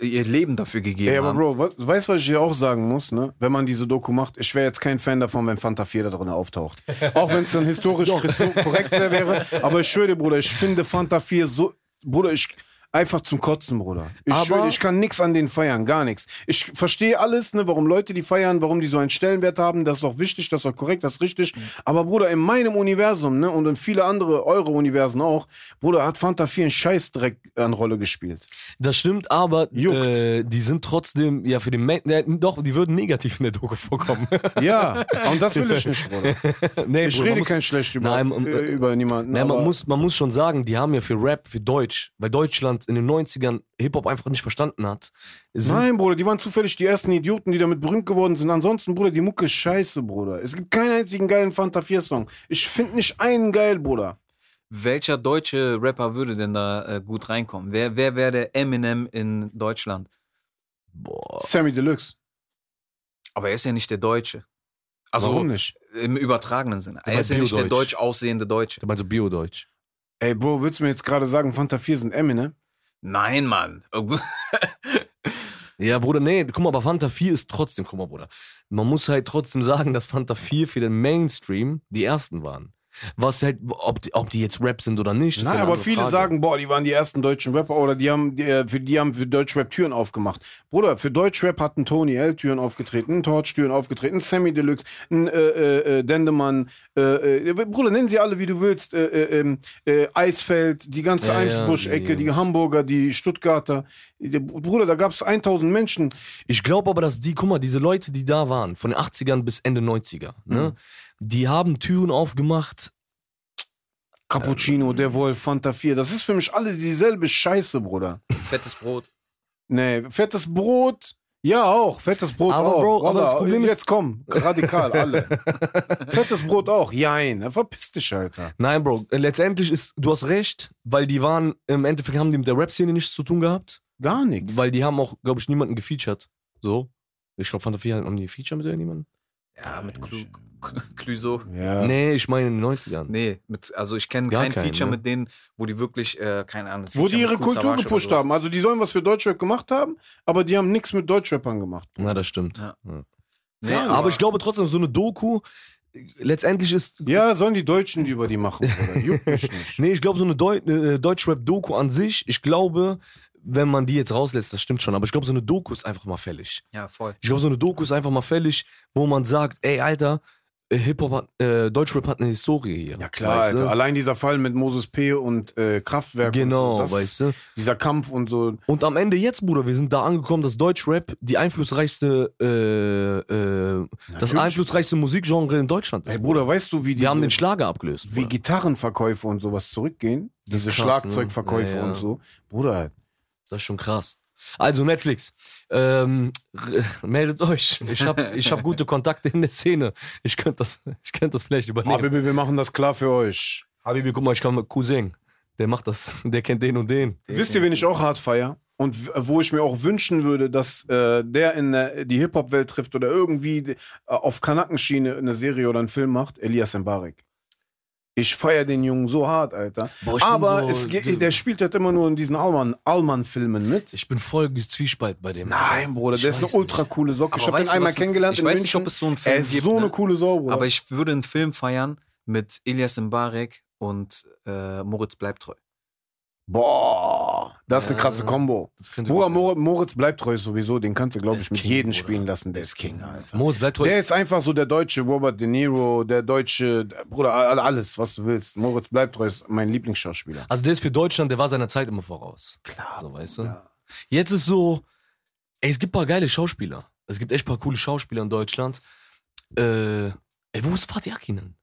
Speaker 3: ihr Leben dafür gegeben
Speaker 2: Ey, aber
Speaker 3: haben.
Speaker 2: Bro, was, weißt du, was ich dir auch sagen muss, ne? Wenn man diese Doku macht, ich wäre jetzt kein Fan davon, wenn Fanta 4 da drin auftaucht. Auch wenn es dann historisch christo- korrekt wäre. Aber ich schwöre dir, Bruder, ich finde Fanta 4 so. Bruder, ich. Einfach zum Kotzen, Bruder. Ich
Speaker 1: Aber-
Speaker 2: schwöre, ich kann nix an den feiern, gar nichts. Ich verstehe alles, ne, warum Leute die feiern, warum die so einen Stellenwert haben. Das ist doch wichtig, das ist doch korrekt, das ist richtig. Aber Bruder, in meinem Universum, ne, und in viele andere, eure Universen auch, Bruder, hat Fanta 4 einen Scheißdreck an Rolle gespielt.
Speaker 1: Das stimmt, aber
Speaker 2: Juckt.
Speaker 1: äh, die sind trotzdem, ja, für den Ma ne, doch, die würden negativ in der Doku vorkommen. *laughs*
Speaker 2: Ja, und das will ich nicht, Bruder.
Speaker 1: nee,
Speaker 2: Ich
Speaker 1: Bruder, man
Speaker 2: rede
Speaker 1: muss-
Speaker 2: kein schlecht über,
Speaker 1: Nein, man-
Speaker 2: äh, über niemanden.
Speaker 1: Nee, Ne, man,
Speaker 2: aber-
Speaker 1: muss, man muss schon sagen, die haben ja für Rap, für Deutsch, weil Deutschland in den 90ern Hip-Hop einfach nicht verstanden hat. Sind,
Speaker 2: Nein, Bruder, die waren zufällig die ersten Idioten, die damit berühmt geworden sind. Ansonsten, Bruder, die Mucke ist scheiße, Bruder. Es gibt keinen einzigen geilen Fanta 4-Song. Ich finde nicht einen geil, Bruder.
Speaker 3: Welcher deutsche Rapper würde denn da äh, gut reinkommen? Wer, wer wäre der Eminem in Deutschland?
Speaker 1: Boah.
Speaker 2: Sammy Deluxe.
Speaker 3: Aber er ist ja nicht der Deutsche. Also
Speaker 2: Warum nicht?
Speaker 3: im übertragenen Sinne.
Speaker 1: war
Speaker 3: Er ist ja nicht der
Speaker 1: Bio-Deutsch.
Speaker 3: deutsch aussehende Deutsche.
Speaker 1: Du meinst so also Bio-Deutsch.
Speaker 2: Ey, Bro, willst du mir jetzt gerade sagen, Fanta 4 sind Eminem?
Speaker 3: Nein, Mann. Oh,
Speaker 1: Ja, Bruder, nee, guck mal, aber Fanta 4 ist trotzdem, guck mal, Bruder. Man muss halt trotzdem sagen, dass Fanta 4 für den Mainstream die ersten waren. Was halt, ob die, ob die jetzt Rap sind oder nicht. ist
Speaker 2: Nein,
Speaker 1: ja eine
Speaker 2: aber
Speaker 1: andere
Speaker 2: viele
Speaker 1: Frage.
Speaker 2: sagen, boah, die waren die ersten deutschen Rapper oder die haben die, äh, für die haben für Deutschrap Türen aufgemacht. Bruder, für Deutschrap hatten Tony L Türen aufgetreten, ein Torch Türen aufgetreten, Sammy Deluxe, ein äh, äh, äh, Dendemann, äh, äh, Bruder, nennen sie alle wie du willst, äh, äh, ähm, äh, Eisfeld, die ganze
Speaker 1: Ja, ja, die
Speaker 2: Eimsbusch-Ecke, die
Speaker 1: Jungs.
Speaker 2: Hamburger, die Stuttgarter. Die- Bruder, da gab es 1000 Menschen.
Speaker 1: Ich glaube aber, dass die, guck mal, diese Leute, die da waren, von den 80ern bis Ende 90er, ne,
Speaker 2: Mhm.
Speaker 1: die haben Türen aufgemacht.
Speaker 2: Cappuccino, der Wolf, Fanta 4, das ist für mich alle dieselbe Scheiße, Bruder.
Speaker 3: *laughs* Fettes Brot.
Speaker 2: Nee, fettes Brot. Ja, auch. Fettes Brot
Speaker 1: Aber,
Speaker 2: auch.
Speaker 1: Bro, aber
Speaker 2: Wallah,
Speaker 1: das Problem ist-
Speaker 2: jetzt komm, radikal,
Speaker 1: *laughs*
Speaker 2: alle. fettes Brot auch. Jein. Verpiss dich, Alter.
Speaker 1: Nein, Bro, äh, letztendlich ist, du hast recht, weil die waren, im Endeffekt haben die mit der Rap-Szene nichts zu tun gehabt,
Speaker 2: Gar nichts.
Speaker 1: weil die haben auch, glaube ich, niemanden gefeatured. So. Ich glaube, Fanta 4 haben die gefeatured mit irgendjemandem?
Speaker 3: Ja, mit Clu- *laughs* Clueso.
Speaker 2: ja.
Speaker 1: Nee, ich meine in den 90ern.
Speaker 3: Nee, mit, also ich kenne
Speaker 1: Gar
Speaker 3: kein
Speaker 1: keinen,
Speaker 3: Feature
Speaker 1: ne?
Speaker 3: mit denen, wo die wirklich, äh, keine Ahnung,
Speaker 2: Wo
Speaker 3: Feature
Speaker 2: die
Speaker 3: mit
Speaker 2: ihre
Speaker 3: Kool
Speaker 2: Kultur
Speaker 3: Savas oder
Speaker 2: gepusht
Speaker 3: sowas.
Speaker 2: haben. Also die sollen was für Deutschrap gemacht haben, aber die haben nichts mit Deutschrappern gemacht.
Speaker 1: Na, das stimmt.
Speaker 3: Ja.
Speaker 1: Ja.
Speaker 3: Nee,
Speaker 1: Aber ich glaube trotzdem, so eine Doku, äh, letztendlich ist.
Speaker 2: Ja, sollen die Deutschen die über die machen,
Speaker 1: *laughs*
Speaker 2: Bruder. Juckt mich nicht.
Speaker 1: Nee, ich glaube, so eine Deu äh, Deutschrap-Doku an sich, ich glaube, wenn man die jetzt rauslässt, das stimmt schon, aber ich glaube, so eine Doku ist einfach mal fällig.
Speaker 3: Ja, voll.
Speaker 1: Ich glaube, so eine Doku ist einfach mal fällig, wo man sagt, ey, Alter, äh, Hip-Hop hat, äh, Deutschrap hat eine Historie hier.
Speaker 2: Ja klar,
Speaker 1: weißt du?
Speaker 2: Alter. Allein dieser Fall mit Moses P. und äh, Kraftwerk.
Speaker 1: Genau,
Speaker 2: und so, das-
Speaker 1: weißt du.
Speaker 2: Dieser Kampf und so.
Speaker 1: Und am Ende jetzt, Bruder, wir sind da angekommen, dass Deutschrap die einflussreichste, äh, äh, das
Speaker 2: Natürlich.
Speaker 1: einflussreichste Musikgenre in Deutschland ist.
Speaker 2: Ey Bruder, weißt du, wie die
Speaker 1: wir haben den Schlager abgelöst.
Speaker 2: wie
Speaker 1: Bruder.
Speaker 2: Gitarrenverkäufe und sowas zurückgehen.
Speaker 1: Das
Speaker 2: Diese
Speaker 1: ist krass, ne?
Speaker 2: Schlagzeugverkäufe
Speaker 1: Ja, ja.
Speaker 2: und so. Bruder,
Speaker 1: Das ist schon krass. Also Netflix, ähm, r- meldet euch. Ich habe ich hab gute Kontakte in der Szene. Ich könnte das, ich könnt das vielleicht übernehmen.
Speaker 2: Habibi, wir machen das klar für euch.
Speaker 1: Habibi, guck mal, ich kann mit Cousin. Der macht das. Der kennt den und den.
Speaker 2: Wisst ihr, wen ich auch hart feier? Und w- wo ich mir auch wünschen würde, dass äh, der in äh, die Hip-Hop-Welt trifft oder irgendwie äh, auf Kanackenschiene eine Serie oder einen Film macht, Elias Mbarek. Ich feier den Jungen so hart, Alter.
Speaker 1: Boah, ich bin
Speaker 2: Aber
Speaker 1: so-
Speaker 2: es geht, der spielt halt immer nur in diesen Allman- Allman-Filmen mit.
Speaker 1: Ich bin voll gezwiespalt bei dem.
Speaker 2: Nein, Bruder,
Speaker 1: Ich
Speaker 2: der ist eine
Speaker 1: weiß
Speaker 2: ultra coole Socke.
Speaker 3: Aber
Speaker 2: ich hab den
Speaker 3: weißt du,
Speaker 2: einmal
Speaker 3: was-
Speaker 2: kennengelernt
Speaker 3: ich
Speaker 2: in
Speaker 3: weiß nicht,
Speaker 2: München.
Speaker 3: ob es so einen Film
Speaker 2: er ist
Speaker 3: gibt,
Speaker 2: so eine
Speaker 3: ne?
Speaker 2: coole Sau, Bruder.
Speaker 3: Aber ich würde einen Film feiern mit Elias Mbarek und äh, Moritz bleibt treu.
Speaker 2: Boah, das ist eine
Speaker 1: Ja. also,
Speaker 2: krasse Kombo.
Speaker 1: Das könnte
Speaker 2: Bruder,
Speaker 1: gut-
Speaker 2: Mor Moritz bleibt treu sowieso, den kannst du, glaube
Speaker 1: Der
Speaker 2: ich,
Speaker 1: ist
Speaker 2: mit
Speaker 1: King,
Speaker 2: jedem
Speaker 1: Bruder.
Speaker 2: spielen lassen. Der ist King, Alter.
Speaker 1: Moritz bleibt treu.
Speaker 2: Der ist einfach so der deutsche Robert De Niro, der deutsche, Bruder, all- alles, was du willst. Moritz bleibt treu ist mein Lieblingsschauspieler.
Speaker 1: also der ist für Deutschland, der war seiner Zeit immer voraus.
Speaker 2: Klar.
Speaker 1: So, weißt du? Jetzt ist so, ey, es gibt paar geile Schauspieler. Es gibt echt paar coole Schauspieler in Deutschland. Äh, ey, wo ist Fatih Akinen?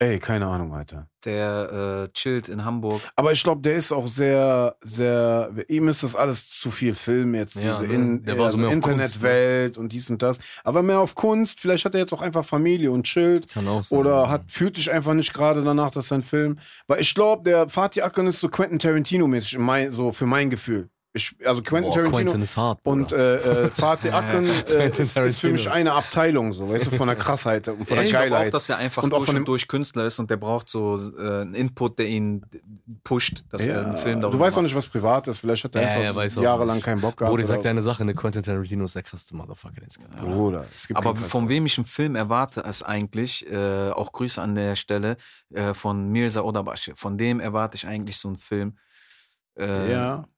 Speaker 2: Ey, keine Ahnung, Alter.
Speaker 3: Der äh, chillt in Hamburg.
Speaker 2: Aber ich glaube, der ist auch sehr, sehr, ihm ist das alles zu viel Film jetzt,
Speaker 1: Ja,
Speaker 2: diese
Speaker 1: ne?
Speaker 2: in,
Speaker 1: Der war so mehr auf
Speaker 2: Internetwelt und dies und das. Aber mehr auf Kunst, vielleicht hat er jetzt auch einfach Familie und chillt.
Speaker 1: Kann auch sein.
Speaker 2: Oder hat, fühlt sich einfach nicht gerade danach, dass sein Film. Weil ich glaube, der Fatih Akin ist so Quentin Tarantino-mäßig, in mein- so für mein Gefühl. Ich, also Quentin
Speaker 1: Boah,
Speaker 2: Tarantino.
Speaker 1: Quentin ist hart. Bruder.
Speaker 2: und äh,
Speaker 1: *laughs*
Speaker 2: äh, Fatih Akin äh,
Speaker 1: Quentin
Speaker 2: ist, ist für
Speaker 1: Tarantino.
Speaker 2: mich eine Abteilung, so, weißt du, von der Krassheit und von
Speaker 3: Ja,
Speaker 2: der
Speaker 3: ich glaube auch,
Speaker 2: Geilheit.
Speaker 3: dass er einfach
Speaker 2: Und auch
Speaker 3: durch
Speaker 2: von
Speaker 3: und
Speaker 2: dem-
Speaker 3: durch Künstler ist und der braucht so äh, einen Input, der ihn pusht, dass er einen Film darüber
Speaker 2: du weißt auch
Speaker 3: macht.
Speaker 2: nicht, was privat ist. Vielleicht hat er
Speaker 1: Ja, ja,
Speaker 2: einfach
Speaker 1: weiß auch
Speaker 2: jahrelang
Speaker 1: nicht.
Speaker 2: keinen Bock gehabt.
Speaker 1: Bruder, ich sag dir
Speaker 2: oder-
Speaker 1: eine Sache, ne, Quentin Tarantino ist der krasseste Motherfucker, den es gibt.
Speaker 2: Bruder, es gibt
Speaker 3: Aber
Speaker 2: keinen Preis.
Speaker 3: von wem ich einen Film erwarte, ist eigentlich, äh, auch Grüße an der Stelle, äh, von Mirza Odabashi. Von dem erwarte ich eigentlich so einen Film. Äh,
Speaker 2: ja.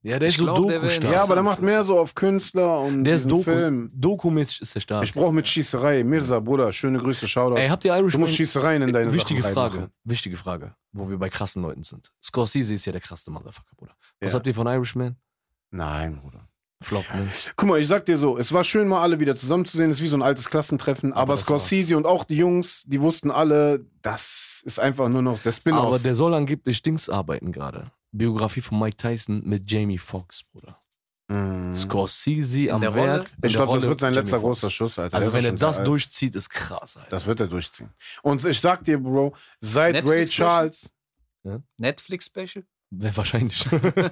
Speaker 1: Ja, der
Speaker 3: Ich
Speaker 1: ist so
Speaker 3: glaub, der
Speaker 1: Doku-stark.
Speaker 3: wär
Speaker 2: ja, aber der
Speaker 3: interessant.
Speaker 2: macht mehr so auf Künstler und
Speaker 1: der ist
Speaker 2: diesen
Speaker 1: Doku,
Speaker 2: Film.
Speaker 1: Doku-mäßig ist der stark.
Speaker 2: Ich brauche mit Schießerei. Mirza, Bruder, schöne Grüße, Shoutout.
Speaker 1: Ey, habt ihr Irishman?
Speaker 2: du musst Schießereien in deine
Speaker 1: Wichtige
Speaker 2: Sachen
Speaker 1: Frage,
Speaker 2: reinmachen.
Speaker 1: wichtige Frage, wo wir bei krassen Leuten sind. Scorsese ist ja der krasseste Motherfucker, Bruder. Was
Speaker 2: Ja.
Speaker 1: habt ihr von Irishman?
Speaker 2: Nein, Bruder.
Speaker 1: Flop, ne?
Speaker 2: Guck mal, ich sag dir so, es war schön, mal alle wieder zusammenzusehen. Es ist wie so ein altes Klassentreffen.
Speaker 1: Aber
Speaker 2: Aber,
Speaker 1: das
Speaker 2: Scorsese und auch die Jungs, die wussten alle, das ist einfach nur noch der
Speaker 1: Aber
Speaker 2: Spin-off.
Speaker 1: der soll angeblich Dings arbeiten gerade. Biografie von Mike Tyson mit Jamie Foxx, Bruder.
Speaker 2: Mhm.
Speaker 1: Scorsese am
Speaker 3: der Rolle?
Speaker 1: Werk. in
Speaker 2: Ich
Speaker 1: der
Speaker 2: glaube, das
Speaker 1: Rolle
Speaker 2: wird sein
Speaker 1: Jamie
Speaker 2: letzter
Speaker 1: Foxx.
Speaker 2: großer Schuss, Alter.
Speaker 1: Also
Speaker 2: Der ist
Speaker 1: wenn er
Speaker 2: schon sehr
Speaker 1: das
Speaker 2: alt.
Speaker 1: durchzieht, ist krass, Alter.
Speaker 2: Das wird er durchziehen. Und ich sag dir, Bro, seit Ray
Speaker 3: Netflix-Special?
Speaker 1: *laughs*
Speaker 2: Charles,
Speaker 3: Netflix-Special?
Speaker 1: Wär
Speaker 2: *laughs*
Speaker 1: wahrscheinlich.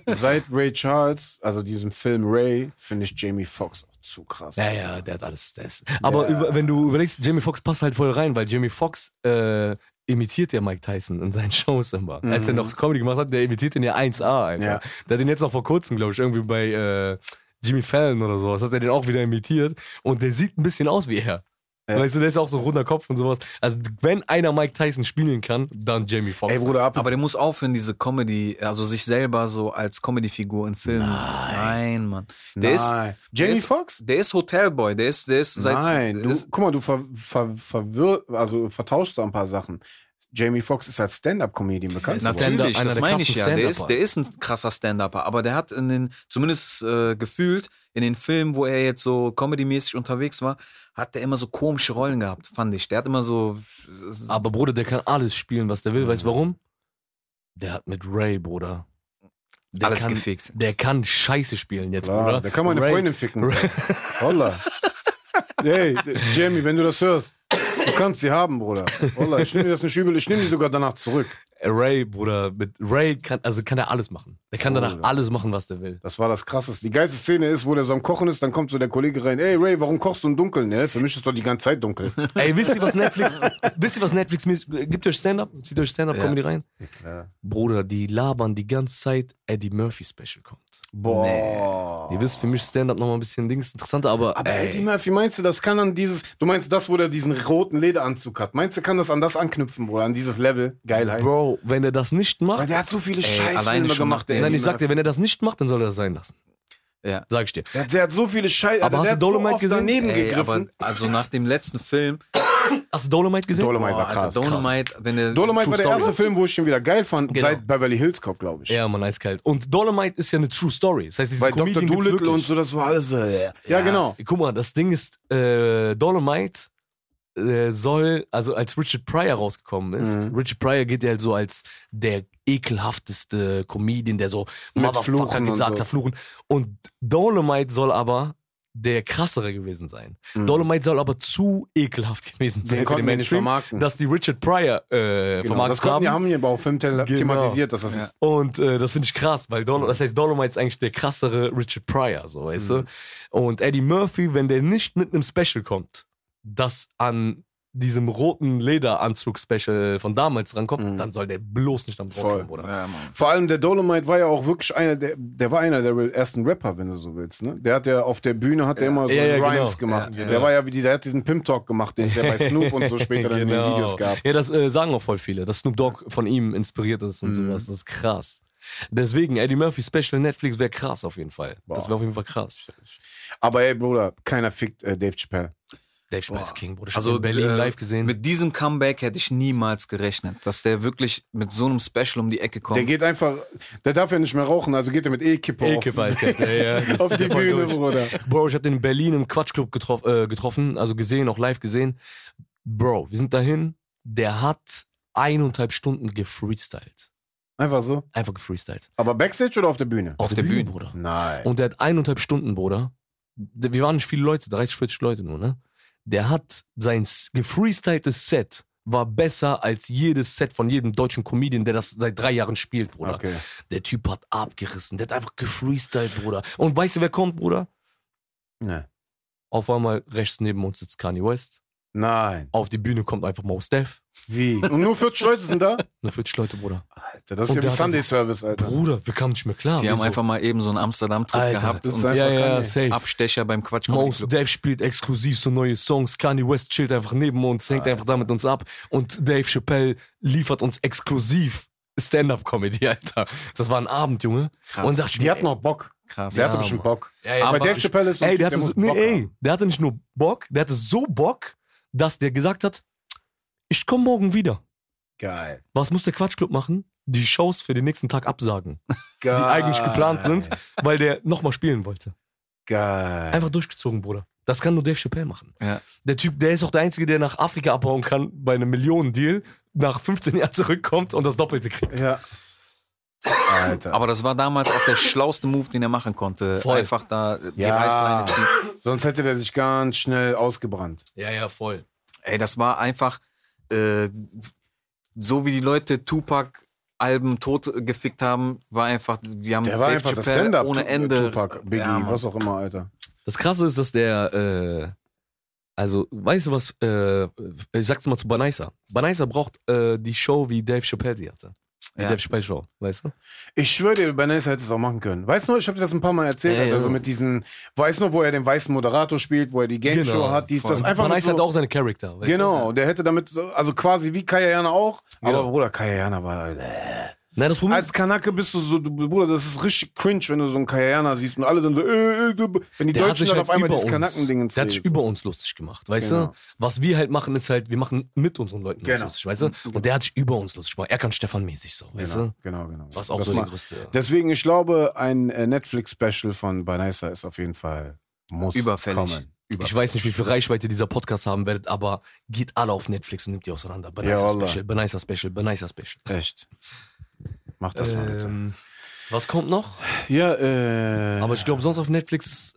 Speaker 2: seit Ray Charles, also diesem Film Ray, finde ich Jamie Foxx auch zu krass.
Speaker 1: ja, ja, der hat alles. Der ist. Aber über, wenn du überlegst, Jamie Foxx passt halt voll rein, weil Jamie Foxx äh, imitiert ja Mike Tyson in seinen *laughs* Shows immer. Als er noch Comedy gemacht hat, der imitiert den ja 1A, Alter.
Speaker 2: Mhm. Ja.
Speaker 1: Der hat den jetzt noch vor kurzem, glaube ich, irgendwie bei äh, Jimmy Fallon oder sowas, hat er den auch wieder imitiert. Und der sieht ein bisschen aus wie er.
Speaker 2: Ja.
Speaker 1: Weißt du, der ist auch so ein runder Kopf und sowas. Also, wenn einer Mike Tyson spielen kann, dann Jamie Foxx.
Speaker 2: Ey, Bruder, ab.
Speaker 3: Aber der muss aufhören, diese Comedy, also sich selber so als Comedy-Figur in Filmen. Nein, Mann. Der ist,
Speaker 2: Nein. Jamie
Speaker 3: der ist-
Speaker 2: Foxx?
Speaker 3: der ist Hotelboy, der ist, der ist seit.
Speaker 2: Nein, du,
Speaker 3: ist,
Speaker 2: guck mal, du ver, ver, verwirr, also vertauschst da ein paar Sachen. Jamie Foxx ist als Stand-Up-Comedian bekannt.
Speaker 1: Stand-up,
Speaker 3: natürlich,
Speaker 1: einer
Speaker 3: das
Speaker 1: der
Speaker 3: meine ich
Speaker 1: krassen
Speaker 3: ja. Der ist,
Speaker 1: Stand-Upper.
Speaker 3: der ist ein krasser Stand-Upper, aber der hat in den, zumindest äh, gefühlt, in den Filmen, wo er jetzt so comedymäßig unterwegs war, hat der immer so komische Rollen gehabt, fand ich. Der hat immer so.
Speaker 2: Ah,
Speaker 1: Aber Bruder, der kann alles spielen, was der will. Weißt du warum? Der hat mit Ray, Bruder. Der
Speaker 3: Alles
Speaker 1: kann,
Speaker 3: gefickt.
Speaker 1: Der kann Scheiße spielen jetzt,
Speaker 2: Klar,
Speaker 1: Bruder.
Speaker 2: da kann meine
Speaker 1: Ray-
Speaker 2: Freundin ficken. Holla. Hey, Jamie, wenn du das hörst, du kannst sie haben, Bruder. Holla, ich nehme dir das eine Schübel, ich nehme die sogar danach zurück.
Speaker 1: Ray, Bruder, mit Ray kann, also kann er alles machen. Der kann danach
Speaker 2: ja.
Speaker 1: alles machen, was der will.
Speaker 2: Das war das Krasseste. Die geilste Szene ist, wo der so am Kochen ist, dann kommt so der Kollege rein. Ey, Ray, warum kochst du im Dunkeln? Ne? Für mich ist doch die ganze Zeit dunkel.
Speaker 1: Ey, wisst ihr, was
Speaker 2: *laughs*
Speaker 1: Netflix, wisst ihr, was Netflix, mäßig- gibt euch Stand-Up, zieht euch Stand-Up-Comedy rein? Bruder, die labern die ganze Zeit, Eddie Murphy Special kommt.
Speaker 2: Boah.
Speaker 1: Ihr wisst, für mich Stand-Up nochmal ein bisschen Dings interessanter, aber,
Speaker 2: Aber
Speaker 1: ey,
Speaker 2: Eddie Murphy, meinst du, das kann an dieses. Du meinst das, wo der diesen roten Lederanzug hat? Meinst du, kann das an das anknüpfen, Bruder? An dieses Level? Geilheit.
Speaker 1: Bro, wenn er das nicht
Speaker 2: Weil
Speaker 1: macht,
Speaker 2: der hat so viele
Speaker 3: alleine
Speaker 2: Scheißfilme
Speaker 3: schon
Speaker 2: gemacht,
Speaker 3: nach
Speaker 2: ey.
Speaker 1: nein, ich sag dir, wenn er das nicht macht, dann soll er das sein lassen.
Speaker 3: Ja.
Speaker 1: Sag ich dir.
Speaker 2: Der, der hat so viele Scheiße.
Speaker 1: Aber hast
Speaker 2: der
Speaker 1: du
Speaker 2: hat
Speaker 1: Dolomite
Speaker 2: so oft
Speaker 1: gesehen?
Speaker 2: daneben
Speaker 3: Ey, aber
Speaker 2: gegriffen.
Speaker 3: also nach dem letzten Film,
Speaker 1: Hast du Dolomite gesehen?
Speaker 2: Dolomite
Speaker 3: boah,
Speaker 2: war
Speaker 3: Alter,
Speaker 2: krass.
Speaker 3: Dolomite, wenn der
Speaker 2: Dolomite war der
Speaker 1: Story.
Speaker 2: erste Film, wo ich ihn wieder geil fand,
Speaker 1: Genau.
Speaker 2: seit Beverly Hills Cop, glaube ich.
Speaker 1: Ja, man, eiskalt. Und Dolomite ist ja eine True Story. Das heißt, diese
Speaker 2: Weil Dr.
Speaker 1: Comedian gibt's
Speaker 2: Doolittle
Speaker 1: wirklich.
Speaker 2: und so, das war alles. Äh, ja. genau.
Speaker 1: Guck mal, das Ding ist, äh, Dolomite äh, soll, also als Richard Pryor rausgekommen ist,
Speaker 2: Mhm.
Speaker 1: Richard Pryor geht ja halt so als der ekelhafteste Comedian, der so
Speaker 2: Mit
Speaker 1: Motherfucker
Speaker 2: Fluchen und
Speaker 1: gesagt
Speaker 2: so.
Speaker 1: hat, Fluchen. Und Dolomite soll aber der krassere gewesen sein.
Speaker 2: Mhm.
Speaker 1: Dolomite soll aber zu ekelhaft *laughs* gewesen sein
Speaker 2: Den
Speaker 1: für den
Speaker 2: konnten wir nicht
Speaker 1: Mainstream,
Speaker 2: vermarkten.
Speaker 1: dass die Richard Pryor äh,
Speaker 2: genau. Das
Speaker 1: vermarktet
Speaker 2: konnten,
Speaker 1: haben.
Speaker 2: wir haben hier aber auch Film thema-
Speaker 1: Genau.
Speaker 2: thematisiert, dass das
Speaker 3: Ja.
Speaker 2: nicht.
Speaker 1: Und äh, das finde ich krass, weil Dol das heißt, Dolomite ist eigentlich der krassere Richard Pryor, so weißt
Speaker 2: Mhm.
Speaker 1: du. Und Eddie Murphy, wenn der nicht mit einem Special kommt, das an diesem roten Lederanzug-Special von damals rankommt,
Speaker 2: Mhm.
Speaker 1: dann soll der bloß nicht am rauskommen, oder?
Speaker 3: Ja, Mann.
Speaker 2: Vor allem der Dolomite war ja auch wirklich einer der, der war einer der ersten Rapper, wenn du so willst. Ne? Der hat ja auf der Bühne hat er immer so
Speaker 1: Ja, ja, genau.
Speaker 2: Rhymes gemacht.
Speaker 3: Ja, ja.
Speaker 2: Der war ja wie dieser, hat diesen Pimp Talk gemacht, den es
Speaker 1: *laughs*
Speaker 2: ja bei Snoop und so später dann in den
Speaker 1: Genau.
Speaker 2: Videos gab.
Speaker 1: Ja, das äh, sagen auch voll viele, dass Snoop Dogg von ihm inspiriert ist
Speaker 2: Mhm.
Speaker 1: und sowas. Das ist krass. Deswegen, Eddie Murphy Special Netflix wäre krass auf jeden Fall. Das wäre auf jeden Fall krass.
Speaker 2: Aber ey, Bruder, keiner fickt äh, Dave Chappelle.
Speaker 1: Dave Spice King, Bruder. Ich also,
Speaker 3: Also
Speaker 1: in Berlin
Speaker 3: äh,
Speaker 1: live gesehen.
Speaker 3: Mit diesem Comeback hätte ich niemals gerechnet, dass der wirklich mit so einem Special um die Ecke kommt.
Speaker 2: Der geht einfach, der darf ja nicht mehr rauchen, also geht er mit E-Kippe auf,
Speaker 1: Eke Weiß, ja,
Speaker 2: *laughs*
Speaker 1: ja, das
Speaker 2: auf
Speaker 1: ist
Speaker 2: die
Speaker 1: ja voll
Speaker 2: Bühne,
Speaker 1: halt. durch.
Speaker 2: Bruder.
Speaker 1: Bro, ich habe den in Berlin im Quatschclub getrof äh, getroffen, also gesehen, auch live gesehen. Bro, wir sind dahin. Der hat eineinhalb Stunden gefreestylt.
Speaker 2: Einfach so.
Speaker 1: Einfach gefreestylt.
Speaker 2: Aber Backstage oder auf der Bühne?
Speaker 1: Auf,
Speaker 3: der
Speaker 1: der Bühne,
Speaker 3: Bühne.
Speaker 1: Bruder.
Speaker 2: Nein.
Speaker 1: Und der hat eineinhalb Stunden, Bruder. Der- Wir waren nicht viele Leute, 30, 40 Leute nur, ne? Der hat sein s- gefreestyltes Set war besser als jedes Set von jedem deutschen Comedian, der das seit drei Jahren spielt, Bruder.
Speaker 2: Okay.
Speaker 1: Der Typ hat abgerissen. Der hat einfach gefreestylt, Bruder. Und weißt du, wer kommt, Bruder?
Speaker 2: Nee.
Speaker 1: Auf einmal rechts neben uns sitzt Kanye West.
Speaker 2: Nein.
Speaker 1: Auf die Bühne kommt einfach Mos Def.
Speaker 2: Wie? Und nur 40 Leute
Speaker 1: *laughs*
Speaker 2: sind da?
Speaker 1: Nur 40 Leute, Bruder.
Speaker 2: Alter, das ist
Speaker 1: Und
Speaker 2: ja wie
Speaker 1: der hat
Speaker 2: Sunday
Speaker 1: einfach-
Speaker 2: Service, Alter.
Speaker 1: Bruder, wir kamen nicht mehr klar.
Speaker 3: Die haben
Speaker 1: Wieso?
Speaker 3: einfach mal eben so einen Amsterdam-Trip
Speaker 1: Alter,
Speaker 3: gehabt
Speaker 2: das ist
Speaker 3: und
Speaker 2: einfach
Speaker 1: ja, ja,
Speaker 2: Kanye.
Speaker 1: ja, safe.
Speaker 3: Abstecher beim Quatsch.
Speaker 1: Mos Def spielt exklusiv so neue Songs. Kanye West chillt einfach neben uns, hängt einfach da mit uns ab. Und Dave Chappelle liefert uns exklusiv Stand-Up-Comedy, Alter. Das war ein Abend, Junge.
Speaker 3: Krass.
Speaker 1: Und dachte ich
Speaker 2: Die
Speaker 1: mir,
Speaker 2: hat noch Bock.
Speaker 3: Krass.
Speaker 2: Der hatte
Speaker 1: Ja,
Speaker 2: bestimmt
Speaker 1: Mann.
Speaker 2: Bock.
Speaker 1: ey,
Speaker 2: Aber
Speaker 1: aber
Speaker 2: Dave Chappelle ist so ein
Speaker 1: ey,
Speaker 2: Typ,
Speaker 1: der hatte,
Speaker 2: muss
Speaker 1: so, nee,
Speaker 2: Bock
Speaker 1: ey,
Speaker 2: haben.
Speaker 1: der hatte nicht nur Bock, der hatte so Bock, dass der gesagt hat, ich komme morgen wieder.
Speaker 2: Geil.
Speaker 1: Was muss der Quatschclub machen? Die Shows für den nächsten Tag absagen,
Speaker 2: Geil.
Speaker 1: die eigentlich geplant
Speaker 2: *laughs*
Speaker 1: sind, weil der nochmal spielen wollte.
Speaker 2: Geil.
Speaker 1: Einfach durchgezogen, Bruder. Das kann nur Dave Chappelle machen.
Speaker 3: Ja.
Speaker 1: Der Typ, der ist auch der Einzige, der nach Afrika abhauen kann bei einem Millionen-Deal, nach 15 Jahren zurückkommt und das Doppelte kriegt.
Speaker 2: Ja. Alter.
Speaker 3: Aber das war damals auch der
Speaker 2: *laughs*
Speaker 3: schlauste Move, den er machen konnte.
Speaker 1: Voll.
Speaker 3: Einfach da die
Speaker 2: Ja.
Speaker 3: Reißleine ziehen.
Speaker 2: Sonst hätte der sich ganz schnell ausgebrannt.
Speaker 1: Ja, ja, voll.
Speaker 3: Ey, das war einfach äh, so wie die Leute Tupac Alben tot gefickt haben, war einfach, wir haben
Speaker 2: Der war
Speaker 3: Dave
Speaker 2: einfach das
Speaker 3: Chappelle
Speaker 2: Stand-Up.
Speaker 3: ohne
Speaker 2: Tu-
Speaker 3: Ende.
Speaker 2: Tupac, Biggie,
Speaker 3: Ja, Mann.
Speaker 2: was auch immer, Alter.
Speaker 1: Das Krasse ist, dass der, äh, also, weißt du was, äh, ich sag's mal zu Banaisa. Banaisa braucht äh, die Show, wie Dave Chappelle sie hatte. Die
Speaker 3: Ja.
Speaker 1: Dev Speicher, weißt du?
Speaker 2: Ich schwöre dir, Bernays hätte es auch machen können. Weißt du, ich habe dir das ein paar Mal erzählt.
Speaker 1: Ja, ja.
Speaker 2: also mit diesen, weißt du, wo er den weißen Moderator spielt, wo er die Game Show
Speaker 1: Genau,
Speaker 2: hat, dies,
Speaker 3: voll.
Speaker 2: das einfach
Speaker 1: Van
Speaker 2: mit
Speaker 1: Eyck
Speaker 2: so,
Speaker 1: hat auch seine Charakter, weißt
Speaker 2: Genau, der hätte damit, so, also quasi wie Kayana auch, aber
Speaker 1: Genau.
Speaker 2: Bruder, Kayana war.
Speaker 1: du? Nein, das Problem
Speaker 2: Als
Speaker 1: ist,
Speaker 2: Kanake bist du so, du, Bruder, das ist richtig cringe, wenn du so einen Kayana siehst und alle dann so, äh, äh, du- wenn die
Speaker 1: der hat
Speaker 2: Deutschen
Speaker 1: sich
Speaker 2: dann
Speaker 1: halt
Speaker 2: auf einmal
Speaker 1: über
Speaker 2: dieses
Speaker 1: uns,
Speaker 2: Kanaken-Ding
Speaker 1: der hat sich über uns lustig gemacht, weißt
Speaker 2: Genau.
Speaker 1: du? Was wir halt machen, ist halt, wir machen mit unseren Leuten
Speaker 2: Genau.
Speaker 1: lustig, weißt du? Und der hat sich über uns lustig gemacht. Er kann Stefan mäßig so, weißt
Speaker 2: genau,
Speaker 1: du?
Speaker 2: genau, genau.
Speaker 1: ne? Was auch
Speaker 2: Das
Speaker 1: so der
Speaker 2: macht-
Speaker 1: größte.
Speaker 2: Deswegen, ich glaube, ein äh, Netflix-Special von Banaisa ist auf jeden Fall muss
Speaker 3: Überfällig.
Speaker 2: kommen.
Speaker 1: Ich weiß nicht, wie viel Reichweite dieser Podcast haben werdet, aber geht alle auf Netflix und nimmt die auseinander. Benicer
Speaker 2: Ja, Allah.
Speaker 1: Special, Benicer Special, Benicer Special.
Speaker 2: Echt. Mach das mal bitte.
Speaker 1: Ähm, was kommt noch?
Speaker 2: Ja, äh.
Speaker 1: Aber ich glaube, sonst auf Netflix ist.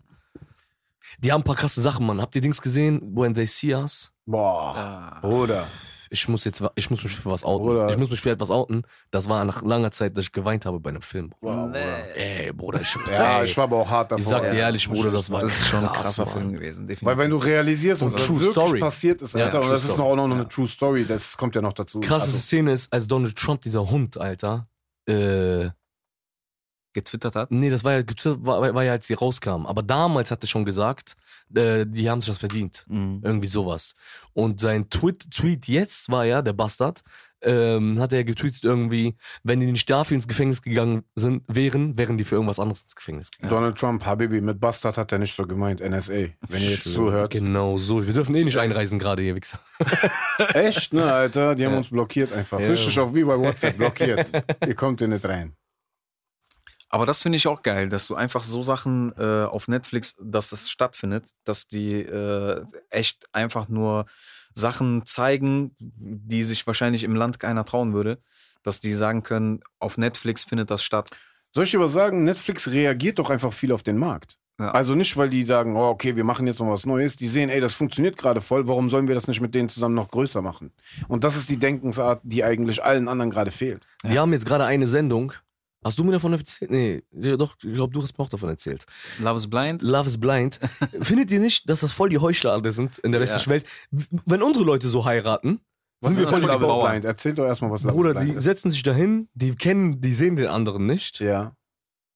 Speaker 1: Die haben ein paar krasse Sachen, Mann. Habt ihr Dings gesehen? When They See Us?
Speaker 2: boah.
Speaker 3: Ah.
Speaker 2: Bruder.
Speaker 1: Ich muss jetzt, wa- ich muss mich für was outen.
Speaker 2: Bruder.
Speaker 1: Ich muss mich für etwas outen. Das war nach langer Zeit, dass ich geweint habe bei einem Film. Bruder.
Speaker 2: Wow, Bruder.
Speaker 3: Nee.
Speaker 1: Ey, Bruder, ich,
Speaker 2: Ja,
Speaker 1: ey,
Speaker 2: ich war aber auch hart davor.
Speaker 1: ich sag dir
Speaker 2: ja.
Speaker 1: ehrlich, Bruder, das war
Speaker 3: Das ist schon ein
Speaker 1: krass,
Speaker 3: krasser
Speaker 1: Mann.
Speaker 3: Film gewesen, definitiv.
Speaker 2: Weil wenn du realisierst, was
Speaker 1: Und
Speaker 2: da
Speaker 1: True
Speaker 2: wirklich
Speaker 1: Story.
Speaker 2: passiert ist,
Speaker 1: Ja,
Speaker 2: Alter, und
Speaker 1: True
Speaker 2: das ist noch,
Speaker 1: Story.
Speaker 2: auch noch eine
Speaker 3: Ja.
Speaker 2: True Story, das kommt ja noch dazu. Also,
Speaker 1: Krasseste Szene ist, als Donald Trump, dieser Hund, Alter, äh,
Speaker 3: getwittert hat.
Speaker 1: Nee, das war ja, war, war ja, als sie rauskamen. Aber damals hat er schon gesagt, äh, die haben sich das verdient. Irgendwie sowas. Und sein Tweet, Tweet jetzt war ja, der Bastard, ähm, hat er getweetet irgendwie, wenn die nicht dafür ins Gefängnis gegangen sind, wären, wären die für irgendwas anderes ins Gefängnis gegangen.
Speaker 2: Also, Donald Trump, Habibi, mit Bastard hat er nicht so gemeint, NSA, wenn ihr jetzt zuhört.
Speaker 1: Genau so. Wir dürfen eh nicht einreisen gerade hier, Wichser.
Speaker 2: Echt, ne, Alter? Die haben uns blockiert einfach.
Speaker 1: Ja.
Speaker 2: Richtig auf wie bei WhatsApp blockiert. ihr kommt hier nicht rein.
Speaker 3: Aber das finde ich auch geil, dass du einfach so Sachen äh, auf Netflix, dass das stattfindet, dass die äh, echt einfach nur Sachen zeigen, die sich wahrscheinlich im Land keiner trauen würde, dass die sagen können, auf Netflix findet das statt.
Speaker 2: Soll ich dir was sagen? Netflix reagiert doch einfach viel auf den Markt.
Speaker 3: Ja.
Speaker 2: Also nicht, weil die sagen, oh, okay, wir machen jetzt noch was Neues. Die sehen, ey, das funktioniert gerade voll, warum sollen wir das nicht mit denen zusammen noch größer machen? Und das ist die Denkensart, die eigentlich allen anderen gerade fehlt.
Speaker 1: Die haben jetzt gerade eine Sendung. Hast du mir davon erzählt? Nee, ja, doch, ich glaube, du hast mir auch davon erzählt.
Speaker 3: Love is Blind?
Speaker 1: Love is Blind. Findet ihr nicht, dass das voll die Heuchler alle sind in der
Speaker 3: Ja.
Speaker 1: westlichen Welt? Wenn unsere Leute so heiraten,
Speaker 2: Was
Speaker 1: sind wir
Speaker 2: ist das
Speaker 1: voll
Speaker 2: für
Speaker 1: die
Speaker 2: Love is
Speaker 1: Bauern.
Speaker 2: Blind? Erzähl doch erstmal, was Love
Speaker 1: Bruder,
Speaker 2: is Blind
Speaker 1: die
Speaker 2: ist.
Speaker 1: setzen sich dahin, die kennen, die sehen den anderen nicht
Speaker 2: Ja,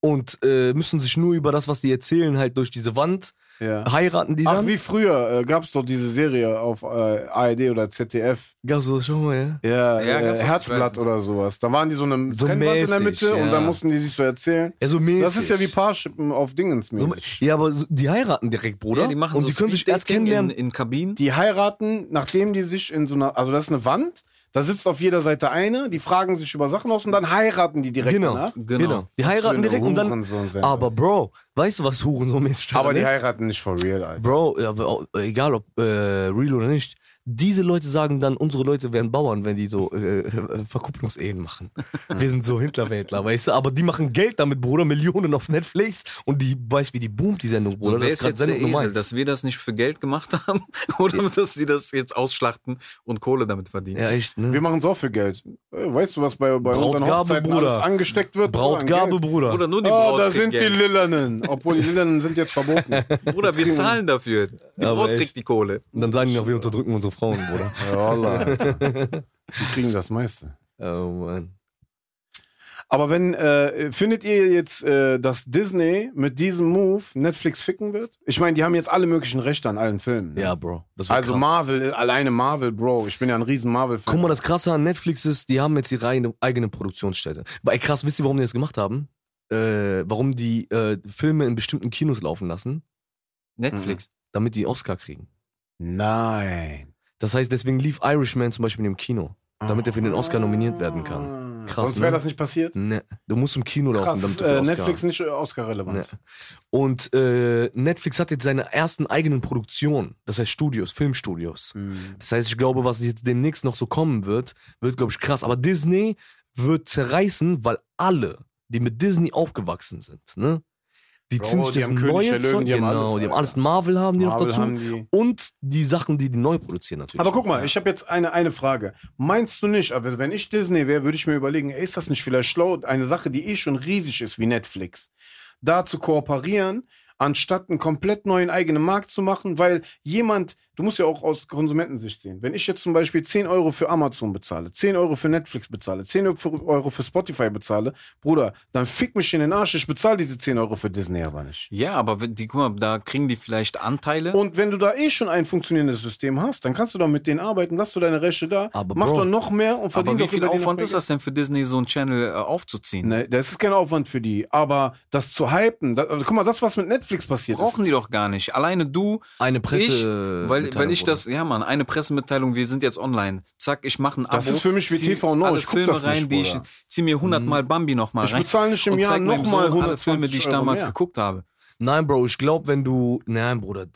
Speaker 1: und äh, müssen sich nur über das, was die erzählen, halt durch diese Wand
Speaker 2: ja.
Speaker 1: heiraten die
Speaker 2: Ach,
Speaker 1: dann.
Speaker 2: wie früher äh, gab es doch diese Serie auf äh, ARD oder ZDF.
Speaker 1: Gab's das schon mal, ja?
Speaker 2: Ja,
Speaker 3: Ja,
Speaker 2: äh,
Speaker 3: gab's das? Ich weiß
Speaker 2: Herzblatt
Speaker 3: nicht.
Speaker 2: oder sowas. Da waren die so eine
Speaker 1: So
Speaker 2: Trennwand in der
Speaker 1: mäßig,
Speaker 2: Mitte und
Speaker 1: ja.
Speaker 2: dann mussten die sich so erzählen.
Speaker 1: ja so mäßig.
Speaker 2: Das ist ja wie Paarschippen auf Dingens
Speaker 1: so,
Speaker 2: mäßig.
Speaker 1: Ja, aber so- die heiraten direkt, Bruder.
Speaker 3: Ja, die machen
Speaker 1: und
Speaker 3: so
Speaker 1: die können sich erst
Speaker 3: Speed-Dating
Speaker 1: kennenlernen.
Speaker 3: in, in Kabinen.
Speaker 2: Die heiraten, nachdem die sich in so einer, also das ist eine Wand, da sitzt auf jeder Seite eine, die fragen sich über Sachen aus und dann heiraten die direkt
Speaker 1: genau,
Speaker 2: danach.
Speaker 1: genau,
Speaker 3: Genau.
Speaker 1: Die heiraten
Speaker 2: Für eine
Speaker 1: direkt und dann.
Speaker 2: Hurensohn sein.
Speaker 1: Aber Bro, weißt du, was Huren so mäßig
Speaker 2: aber
Speaker 1: daran
Speaker 2: die
Speaker 1: ist?
Speaker 2: heiraten nicht for real, Alter.
Speaker 1: Bro, ja, aber auch, egal ob äh, real oder nicht, diese Leute sagen dann, unsere Leute wären Bauern, wenn die so äh, Verkupplungsehen
Speaker 3: *laughs*
Speaker 1: machen. Wir sind so Hinterwäldler, weißt du? Aber die machen Geld damit, Bruder, Millionen auf Netflix und die weiß, wie die boomt, die Sendung, Bruder.
Speaker 3: So, wer
Speaker 1: das
Speaker 3: ist
Speaker 1: ist gerade
Speaker 3: jetzt der
Speaker 1: Sendung Nummer
Speaker 3: Esel,
Speaker 1: eins.
Speaker 3: dass wir das nicht für Geld gemacht haben *laughs* oder dass sie das jetzt ausschlachten und Kohle damit verdienen?
Speaker 1: ja, echt,
Speaker 2: Wir
Speaker 1: ne?
Speaker 2: machen es auch für Geld. Äh, Weißt du, was bei, bei unseren
Speaker 1: Brautgabe,
Speaker 2: Hochzeiten
Speaker 1: Bruder.
Speaker 2: alles angesteckt wird?
Speaker 1: Brautgabe,
Speaker 2: Bruder.
Speaker 1: Bruder.
Speaker 3: Oder nur die
Speaker 2: Oh,
Speaker 3: Braut
Speaker 2: da
Speaker 3: kriegt
Speaker 2: sind die
Speaker 3: Geld.
Speaker 2: Lillanen. Obwohl die Lillanen sind
Speaker 1: *laughs*
Speaker 2: jetzt verboten.
Speaker 3: Bruder, wir zahlen dafür. Die
Speaker 1: Aber
Speaker 3: Braut
Speaker 1: echt.
Speaker 3: kriegt die Kohle.
Speaker 1: Und dann sagen die noch, wir unterdrücken unsere Frauen, Bruder.
Speaker 2: Ja, Allah, Alter. Die kriegen das meiste.
Speaker 1: oh Mann.
Speaker 2: Aber wenn, äh, findet ihr jetzt, äh, dass Disney mit diesem Move Netflix ficken wird? Ich meine, die haben jetzt alle möglichen Rechte an allen Filmen. ne?
Speaker 1: Ja, Bro. Das war
Speaker 2: also
Speaker 1: krass.
Speaker 2: Marvel, alleine Marvel, Bro. Ich bin ja ein riesen
Speaker 1: Guck
Speaker 2: Marvel-Fan.
Speaker 1: mal, das Krasse an Netflix ist, die haben jetzt ihre eigene, eigene Produktionsstätte. Weil krass, wisst ihr, warum die das gemacht haben? Äh, warum die äh, Filme in bestimmten Kinos laufen lassen?
Speaker 3: Netflix.
Speaker 1: damit die Oscar kriegen.
Speaker 2: Nein.
Speaker 1: Das heißt, deswegen lief Irishman zum Beispiel im Kino. Damit er für den Oscar nominiert werden
Speaker 2: kann.
Speaker 1: Krass,
Speaker 2: Ah. Sonst wäre
Speaker 1: ne?
Speaker 2: das nicht passiert.
Speaker 1: Ne, du musst im Kino laufen,
Speaker 2: Krass,
Speaker 1: damit du für
Speaker 2: äh,
Speaker 1: Oscar.
Speaker 2: Netflix nicht äh, Oscar-relevant.
Speaker 1: Ne. Und äh, Netflix hat jetzt seine ersten eigenen Produktionen, das heißt Studios, Filmstudios.
Speaker 2: Mhm.
Speaker 1: Das heißt, ich glaube, was jetzt demnächst noch so kommen wird, wird, glaube ich, krass. Aber Disney wird zerreißen, weil alle, die mit Disney aufgewachsen sind, ne? Die
Speaker 2: Bro,
Speaker 1: ziehen sich
Speaker 2: die
Speaker 1: das
Speaker 2: haben König
Speaker 1: neue
Speaker 2: der Löwen,
Speaker 1: Zeug-
Speaker 2: die haben
Speaker 1: genau,
Speaker 2: alles,
Speaker 1: die haben
Speaker 2: Alter.
Speaker 1: alles Marvel haben die
Speaker 2: Marvel
Speaker 1: noch dazu
Speaker 2: haben die.
Speaker 1: und die Sachen, die die neu produzieren natürlich.
Speaker 2: Aber
Speaker 1: auch,
Speaker 2: guck mal,
Speaker 1: ja.
Speaker 2: ich habe jetzt eine, eine Frage. Meinst du nicht, aber wenn ich Disney wäre, würde ich mir überlegen, ey, ist das nicht vielleicht schlau, eine Sache, die eh schon riesig ist wie Netflix, da zu kooperieren, anstatt einen komplett neuen eigenen Markt zu machen, weil jemand, du musst ja auch aus Konsumentensicht sehen. Wenn ich jetzt zum Beispiel 10 Euro für Amazon bezahle, 10 Euro für Netflix bezahle, 10 Euro für, Euro für Spotify bezahle, Bruder, dann fick mich in den Arsch, ich bezahle diese 10 Euro für Disney aber nicht.
Speaker 3: Ja, aber wenn die, guck mal, da kriegen die vielleicht Anteile.
Speaker 2: Und wenn du da eh schon ein funktionierendes System hast, dann kannst du doch mit denen arbeiten, lass du deine Rechte da,
Speaker 1: Aber
Speaker 2: mach
Speaker 1: Bro,
Speaker 2: doch noch mehr und verdien
Speaker 3: aber wie
Speaker 2: doch
Speaker 3: viel
Speaker 2: über den
Speaker 3: Aufwand
Speaker 2: noch
Speaker 3: ist
Speaker 2: mehr
Speaker 3: das denn für Disney, so einen Channel äh, aufzuziehen?
Speaker 2: Ne, das ist kein Aufwand für die. Aber das zu hypen, das, also guck mal, das, äh, was mit Netflix passiert
Speaker 3: Brauchen die doch gar nicht. Alleine du,
Speaker 1: Eine Presse. äh,
Speaker 3: ich, weil, weil ich das, ja Mann, eine Pressemitteilung, wir sind jetzt online. Zack, ich mache ein
Speaker 2: Das
Speaker 3: Abo.
Speaker 2: ist für mich wie
Speaker 3: zieh
Speaker 2: TV Now,
Speaker 3: Alle
Speaker 2: ich guck
Speaker 3: Filme
Speaker 2: das nicht,
Speaker 3: rein, die ich,
Speaker 2: Bruder. Hm.
Speaker 3: zieh mir 100 Mal Bambi nochmal
Speaker 2: Ich
Speaker 3: rein.
Speaker 2: bezahle nicht im
Speaker 3: und
Speaker 2: Jahr
Speaker 3: zeig meinem
Speaker 2: noch
Speaker 3: Sohn
Speaker 2: mal
Speaker 3: alle
Speaker 2: 120
Speaker 3: Filme, die ich
Speaker 2: Euro
Speaker 3: damals
Speaker 2: mehr.
Speaker 3: geguckt habe.
Speaker 1: Nein, Bro, ich glaube, wenn du. Nein, Bruder, äh,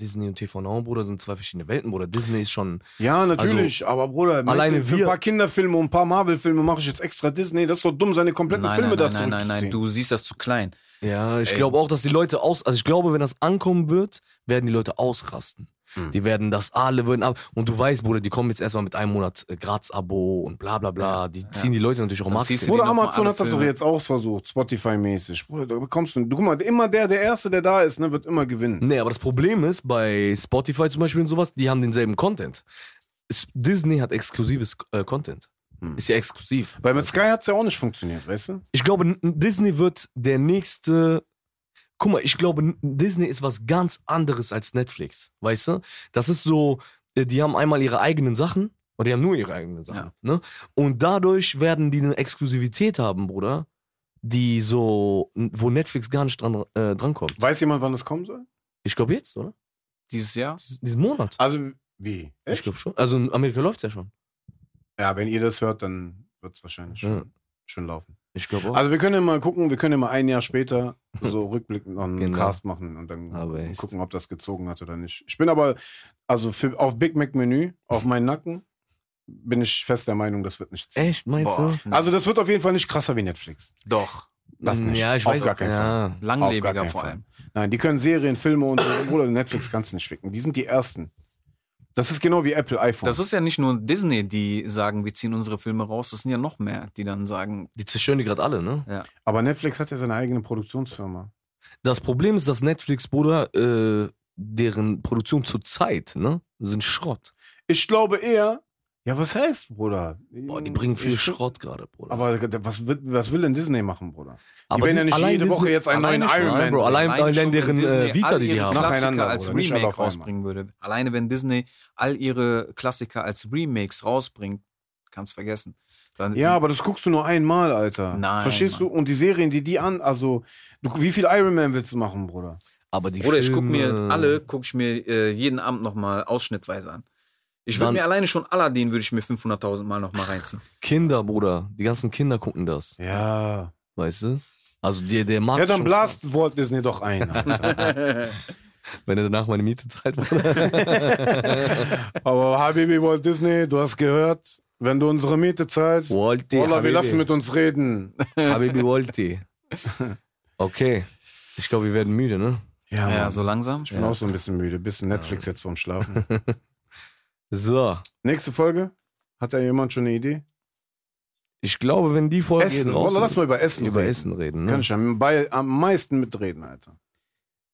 Speaker 1: Disney und TV Now, Bruder, sind zwei verschiedene Welten, Bruder. Disney ist schon.
Speaker 2: ist. Ja, natürlich,
Speaker 3: Also
Speaker 2: aber Bruder, meinst
Speaker 1: alleine
Speaker 2: du, für
Speaker 1: wir-
Speaker 2: ein paar Kinderfilme und ein paar Marvel-Filme mache ich jetzt extra Disney. Das ist doch dumm, seine kompletten
Speaker 3: Nein,
Speaker 2: Filme
Speaker 3: nein, nein,
Speaker 2: dazu
Speaker 3: nein, nein, nein, du siehst das zu klein.
Speaker 1: Ja, ich
Speaker 3: Ey.
Speaker 1: glaube auch, dass die Leute aus. Also ich glaube, wenn das ankommen wird, werden die Leute ausrasten.
Speaker 2: Hm.
Speaker 1: Die werden das alle würden ab. Und du weißt, Bruder, die kommen jetzt erstmal mit einem Monat äh, Graz-Abo und bla bla bla. Die ziehen die Leute natürlich auch
Speaker 3: Dann
Speaker 1: Masken.
Speaker 3: ziehst du
Speaker 2: Bruder,
Speaker 3: die noch mal
Speaker 2: Amazon
Speaker 3: alle
Speaker 2: hat das doch
Speaker 3: Filme.
Speaker 2: jetzt auch versucht, Spotify-mäßig. Bruder, da bekommst du. Du guck mal, immer der, der Erste, der da ist, ne, wird immer gewinnen.
Speaker 1: Nee, aber das Problem ist, bei Spotify zum Beispiel und sowas, die haben denselben Content. S- Disney hat exklusives äh, Content.
Speaker 2: Hm.
Speaker 1: Ist ja exklusiv.
Speaker 2: Weil mit Sky hat es ja auch nicht funktioniert, weißt du?
Speaker 1: Ich glaube, n- Disney wird der nächste. Guck mal, ich glaube, n- Disney ist was ganz anderes als Netflix. Weißt du? Das ist so, äh, die haben einmal ihre eigenen Sachen, oder die haben nur ihre eigenen Sachen. Ne? Und dadurch werden die eine Exklusivität haben, Bruder, die so, n- wo Netflix gar nicht dran, äh, drankommt.
Speaker 2: Weiß jemand, wann es kommen soll?
Speaker 1: Ich glaube jetzt, oder?
Speaker 3: Dieses Jahr?
Speaker 1: Dies- Diesen Monat.
Speaker 2: Also, wie?
Speaker 1: Ich glaube schon. Also in Amerika läuft es ja schon.
Speaker 2: Ja, wenn ihr das hört, dann wird es wahrscheinlich schon,
Speaker 1: Ja.
Speaker 2: schon laufen.
Speaker 1: Ich glaube auch.
Speaker 2: Also wir können ja mal gucken, wir können ja mal ein
Speaker 1: *laughs*
Speaker 2: Jahr später so rückblickend noch einen
Speaker 1: Genau.
Speaker 2: Cast machen und dann
Speaker 1: Aber echt.
Speaker 2: gucken, ob das gezogen hat oder nicht. Ich bin aber, also für, auf Big Mac Menü, auf meinen Nacken, bin ich fest der Meinung, das wird nicht ziehen.
Speaker 1: Echt, meinst
Speaker 3: Boah,
Speaker 1: du?
Speaker 3: nee,
Speaker 2: Also das wird auf jeden Fall nicht krasser wie Netflix.
Speaker 3: doch.
Speaker 2: Das nicht.
Speaker 1: Hm, Ja, ich
Speaker 2: Auf
Speaker 1: weiß
Speaker 2: gar keinen
Speaker 1: ja. Fall.
Speaker 2: Auf gar
Speaker 3: Langlebiger
Speaker 2: keinen
Speaker 3: vor
Speaker 2: Fall.
Speaker 3: allem.
Speaker 2: Nein, die können Serien, Filme und so. Bruder, Netflix kannst du nicht ficken. Die sind die Ersten. Das ist genau wie Apple, iPhone.
Speaker 3: Das ist ja nicht nur Disney, die sagen, wir ziehen unsere Filme raus. Das sind ja noch mehr, die dann sagen,
Speaker 1: Die zerstören die gerade alle, ne?
Speaker 2: aber Netflix hat ja seine eigene Produktionsfirma.
Speaker 1: Das Problem ist, dass Netflix, Bruder, äh, deren Produktion zurzeit, ne, sind Schrott.
Speaker 2: Ich glaube eher, ja, was heißt, Bruder?
Speaker 1: Boah, die bringen viel
Speaker 2: Ich-
Speaker 1: Schrott gerade, Bruder.
Speaker 2: Hm, Aber was, wird, was will denn Disney machen, Bruder? Die
Speaker 1: Aber
Speaker 2: werden ja nicht
Speaker 1: allein
Speaker 2: jede
Speaker 1: Disney-
Speaker 2: Woche jetzt einen
Speaker 3: alleine
Speaker 2: neuen
Speaker 3: schon,
Speaker 2: Iron Man.
Speaker 1: Nein, Bro,
Speaker 2: bringen.
Speaker 1: allein,
Speaker 3: schon,
Speaker 1: allein
Speaker 3: wenn
Speaker 1: deren
Speaker 3: Disney
Speaker 1: äh, Vita,
Speaker 3: all
Speaker 1: die die
Speaker 3: ihre
Speaker 1: haben.
Speaker 2: Nach-
Speaker 3: Klassiker
Speaker 2: Nacheinander,
Speaker 3: als
Speaker 2: Bruder, nicht alle
Speaker 3: Remake
Speaker 2: auf einmal.
Speaker 3: rausbringen würde. Alleine wenn Disney all ihre Klassiker als Remakes rausbringt, kannst vergessen. Dann,
Speaker 2: Ja, aber das guckst du nur einmal, Alter.
Speaker 3: Nein,
Speaker 2: Verstehst du? Und die Serien, die die an, also, du, wie viel Iron Man willst du machen, Bruder?
Speaker 1: Aber die
Speaker 3: Bruder, ich guck mir
Speaker 1: Filme-
Speaker 3: alle, guck ich mir äh, jeden Abend nochmal ausschnittweise an. Ich würde
Speaker 1: Dann-
Speaker 3: mir alleine schon Aladdin würde ich mir 500.000 Mal nochmal reinziehen.
Speaker 1: Kinder, Bruder. Die ganzen Kinder gucken das,
Speaker 2: Ja.
Speaker 1: weißt du? Also der, der Markt
Speaker 2: Ja,
Speaker 1: ist
Speaker 2: dann
Speaker 1: schon
Speaker 2: blast Walt Disney
Speaker 1: *laughs*
Speaker 2: doch ein.
Speaker 1: krass. Wenn er danach meine Miete zahlt, Bruder.
Speaker 2: *laughs* aber Habibi Walt Disney, du hast gehört, wenn du unsere Miete zahlst,
Speaker 1: Walti,
Speaker 2: Wallah, wir
Speaker 1: Habibi.
Speaker 2: lassen mit
Speaker 1: *laughs*
Speaker 2: uns reden.
Speaker 1: Habibi
Speaker 2: *laughs*
Speaker 1: Walti. Okay. Ich glaube, wir werden müde, ne?
Speaker 2: Ja,
Speaker 3: ja,
Speaker 2: Mann.
Speaker 3: so langsam.
Speaker 2: ich bin auch so ein bisschen müde. Bisschen Netflix jetzt vorm Schlafen.
Speaker 1: So.
Speaker 2: Nächste Folge? Hat da jemand schon eine Idee?
Speaker 1: Ich glaube, wenn die Folge
Speaker 2: Essen.
Speaker 1: draußen
Speaker 2: Wallah, lass
Speaker 1: ist,
Speaker 2: mal über Essen
Speaker 1: über
Speaker 2: reden.
Speaker 1: Essen reden.
Speaker 2: Kann
Speaker 1: Ne?
Speaker 2: ich am, bei, am meisten mitreden, Alter.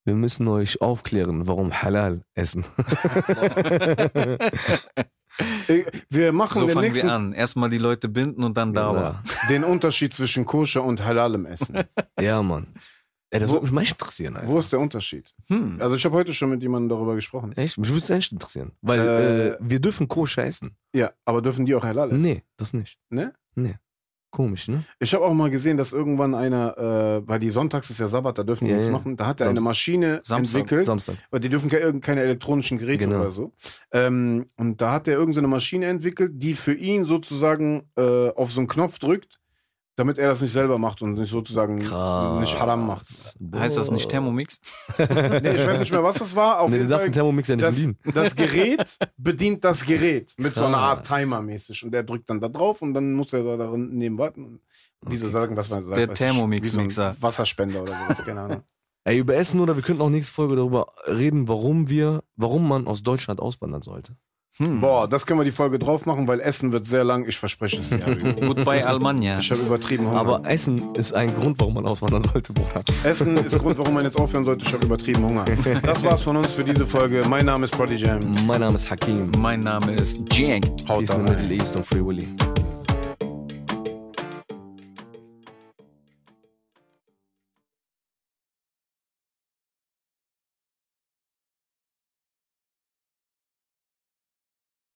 Speaker 1: Wir müssen euch aufklären, warum Halal
Speaker 2: *laughs*
Speaker 1: essen.
Speaker 2: Ey, Wir machen
Speaker 3: So
Speaker 2: den,
Speaker 3: fangen wir
Speaker 2: nächsten,
Speaker 3: an. Erstmal die Leute binden und dann Dawa.
Speaker 2: den Unterschied zwischen Koscher und
Speaker 1: *laughs*
Speaker 2: halalem Essen.
Speaker 1: ja, Mann. Ey, das
Speaker 2: Wo-
Speaker 1: würde mich mal echt interessieren, Alter.
Speaker 2: Wo ist der Unterschied?
Speaker 3: Hm.
Speaker 2: Also ich habe heute schon mit jemandem darüber gesprochen.
Speaker 1: Echt? Mich würde es echt interessieren. Weil
Speaker 2: Äh,
Speaker 1: äh, wir dürfen koscher essen.
Speaker 2: Ja, aber dürfen die auch halal essen?
Speaker 1: Nee, das nicht.
Speaker 2: Ne?
Speaker 1: Nee. Komisch, ne?
Speaker 2: Ich habe auch mal gesehen, dass irgendwann einer, äh, weil die Sonntags ist ja Sabbat, da dürfen die
Speaker 1: Ja,
Speaker 2: nichts
Speaker 1: ja.
Speaker 2: machen, da hat er eine
Speaker 1: Samstag.
Speaker 2: Maschine
Speaker 3: Samstag.
Speaker 2: entwickelt,
Speaker 1: Samstag.
Speaker 2: weil die dürfen keine, keine elektronischen Geräte
Speaker 1: Genau.
Speaker 2: oder so. Ähm, und da hat er irgendeine Maschine entwickelt, die für ihn sozusagen äh, auf so einen Knopf drückt, damit er das nicht selber macht und nicht sozusagen
Speaker 1: Krass.
Speaker 2: nicht haram macht.
Speaker 3: Heißt das nicht Thermomix?
Speaker 2: Nee, ich weiß nicht mehr, was das war. Auf
Speaker 1: Nee,
Speaker 2: jeden
Speaker 1: der darf
Speaker 2: Fall
Speaker 1: den Thermomix ja nicht
Speaker 2: das,
Speaker 1: bedienen. *laughs*
Speaker 2: das Gerät bedient das Gerät mit so einer Art
Speaker 1: Krass.
Speaker 2: Timer mäßig und der drückt dann da drauf und dann muss er da darin neben warten. Und diese sagen, was man sagt.
Speaker 3: Der
Speaker 2: weiß ich,
Speaker 3: Thermomix
Speaker 2: wie so ein
Speaker 3: Mixer.
Speaker 2: Wasserspender oder sowas, keine
Speaker 1: *laughs*
Speaker 2: Ahnung.
Speaker 1: Ey, über Essen oder wir könnten auch nächste Folge darüber reden, warum wir, warum man aus Deutschland auswandern sollte.
Speaker 3: Hm.
Speaker 2: Boah, das können wir die Folge drauf machen, weil Essen wird sehr lang. Ich verspreche es. dir. *laughs*
Speaker 3: Goodbye Almanja.
Speaker 2: Ich habe übertrieben Hunger.
Speaker 1: Aber Essen ist ein Grund, warum man auswandern sollte, Bruder.
Speaker 2: Essen ist Grund, warum man jetzt aufhören sollte. Ich habe übertrieben
Speaker 1: *laughs*
Speaker 2: Hunger. Das war's von uns für diese Folge. Mein Name ist Prodigy Jam.
Speaker 1: Mein Name ist Hakim.
Speaker 3: Mein Name ist Jank.
Speaker 1: Peace in the Middle East und Free Willy.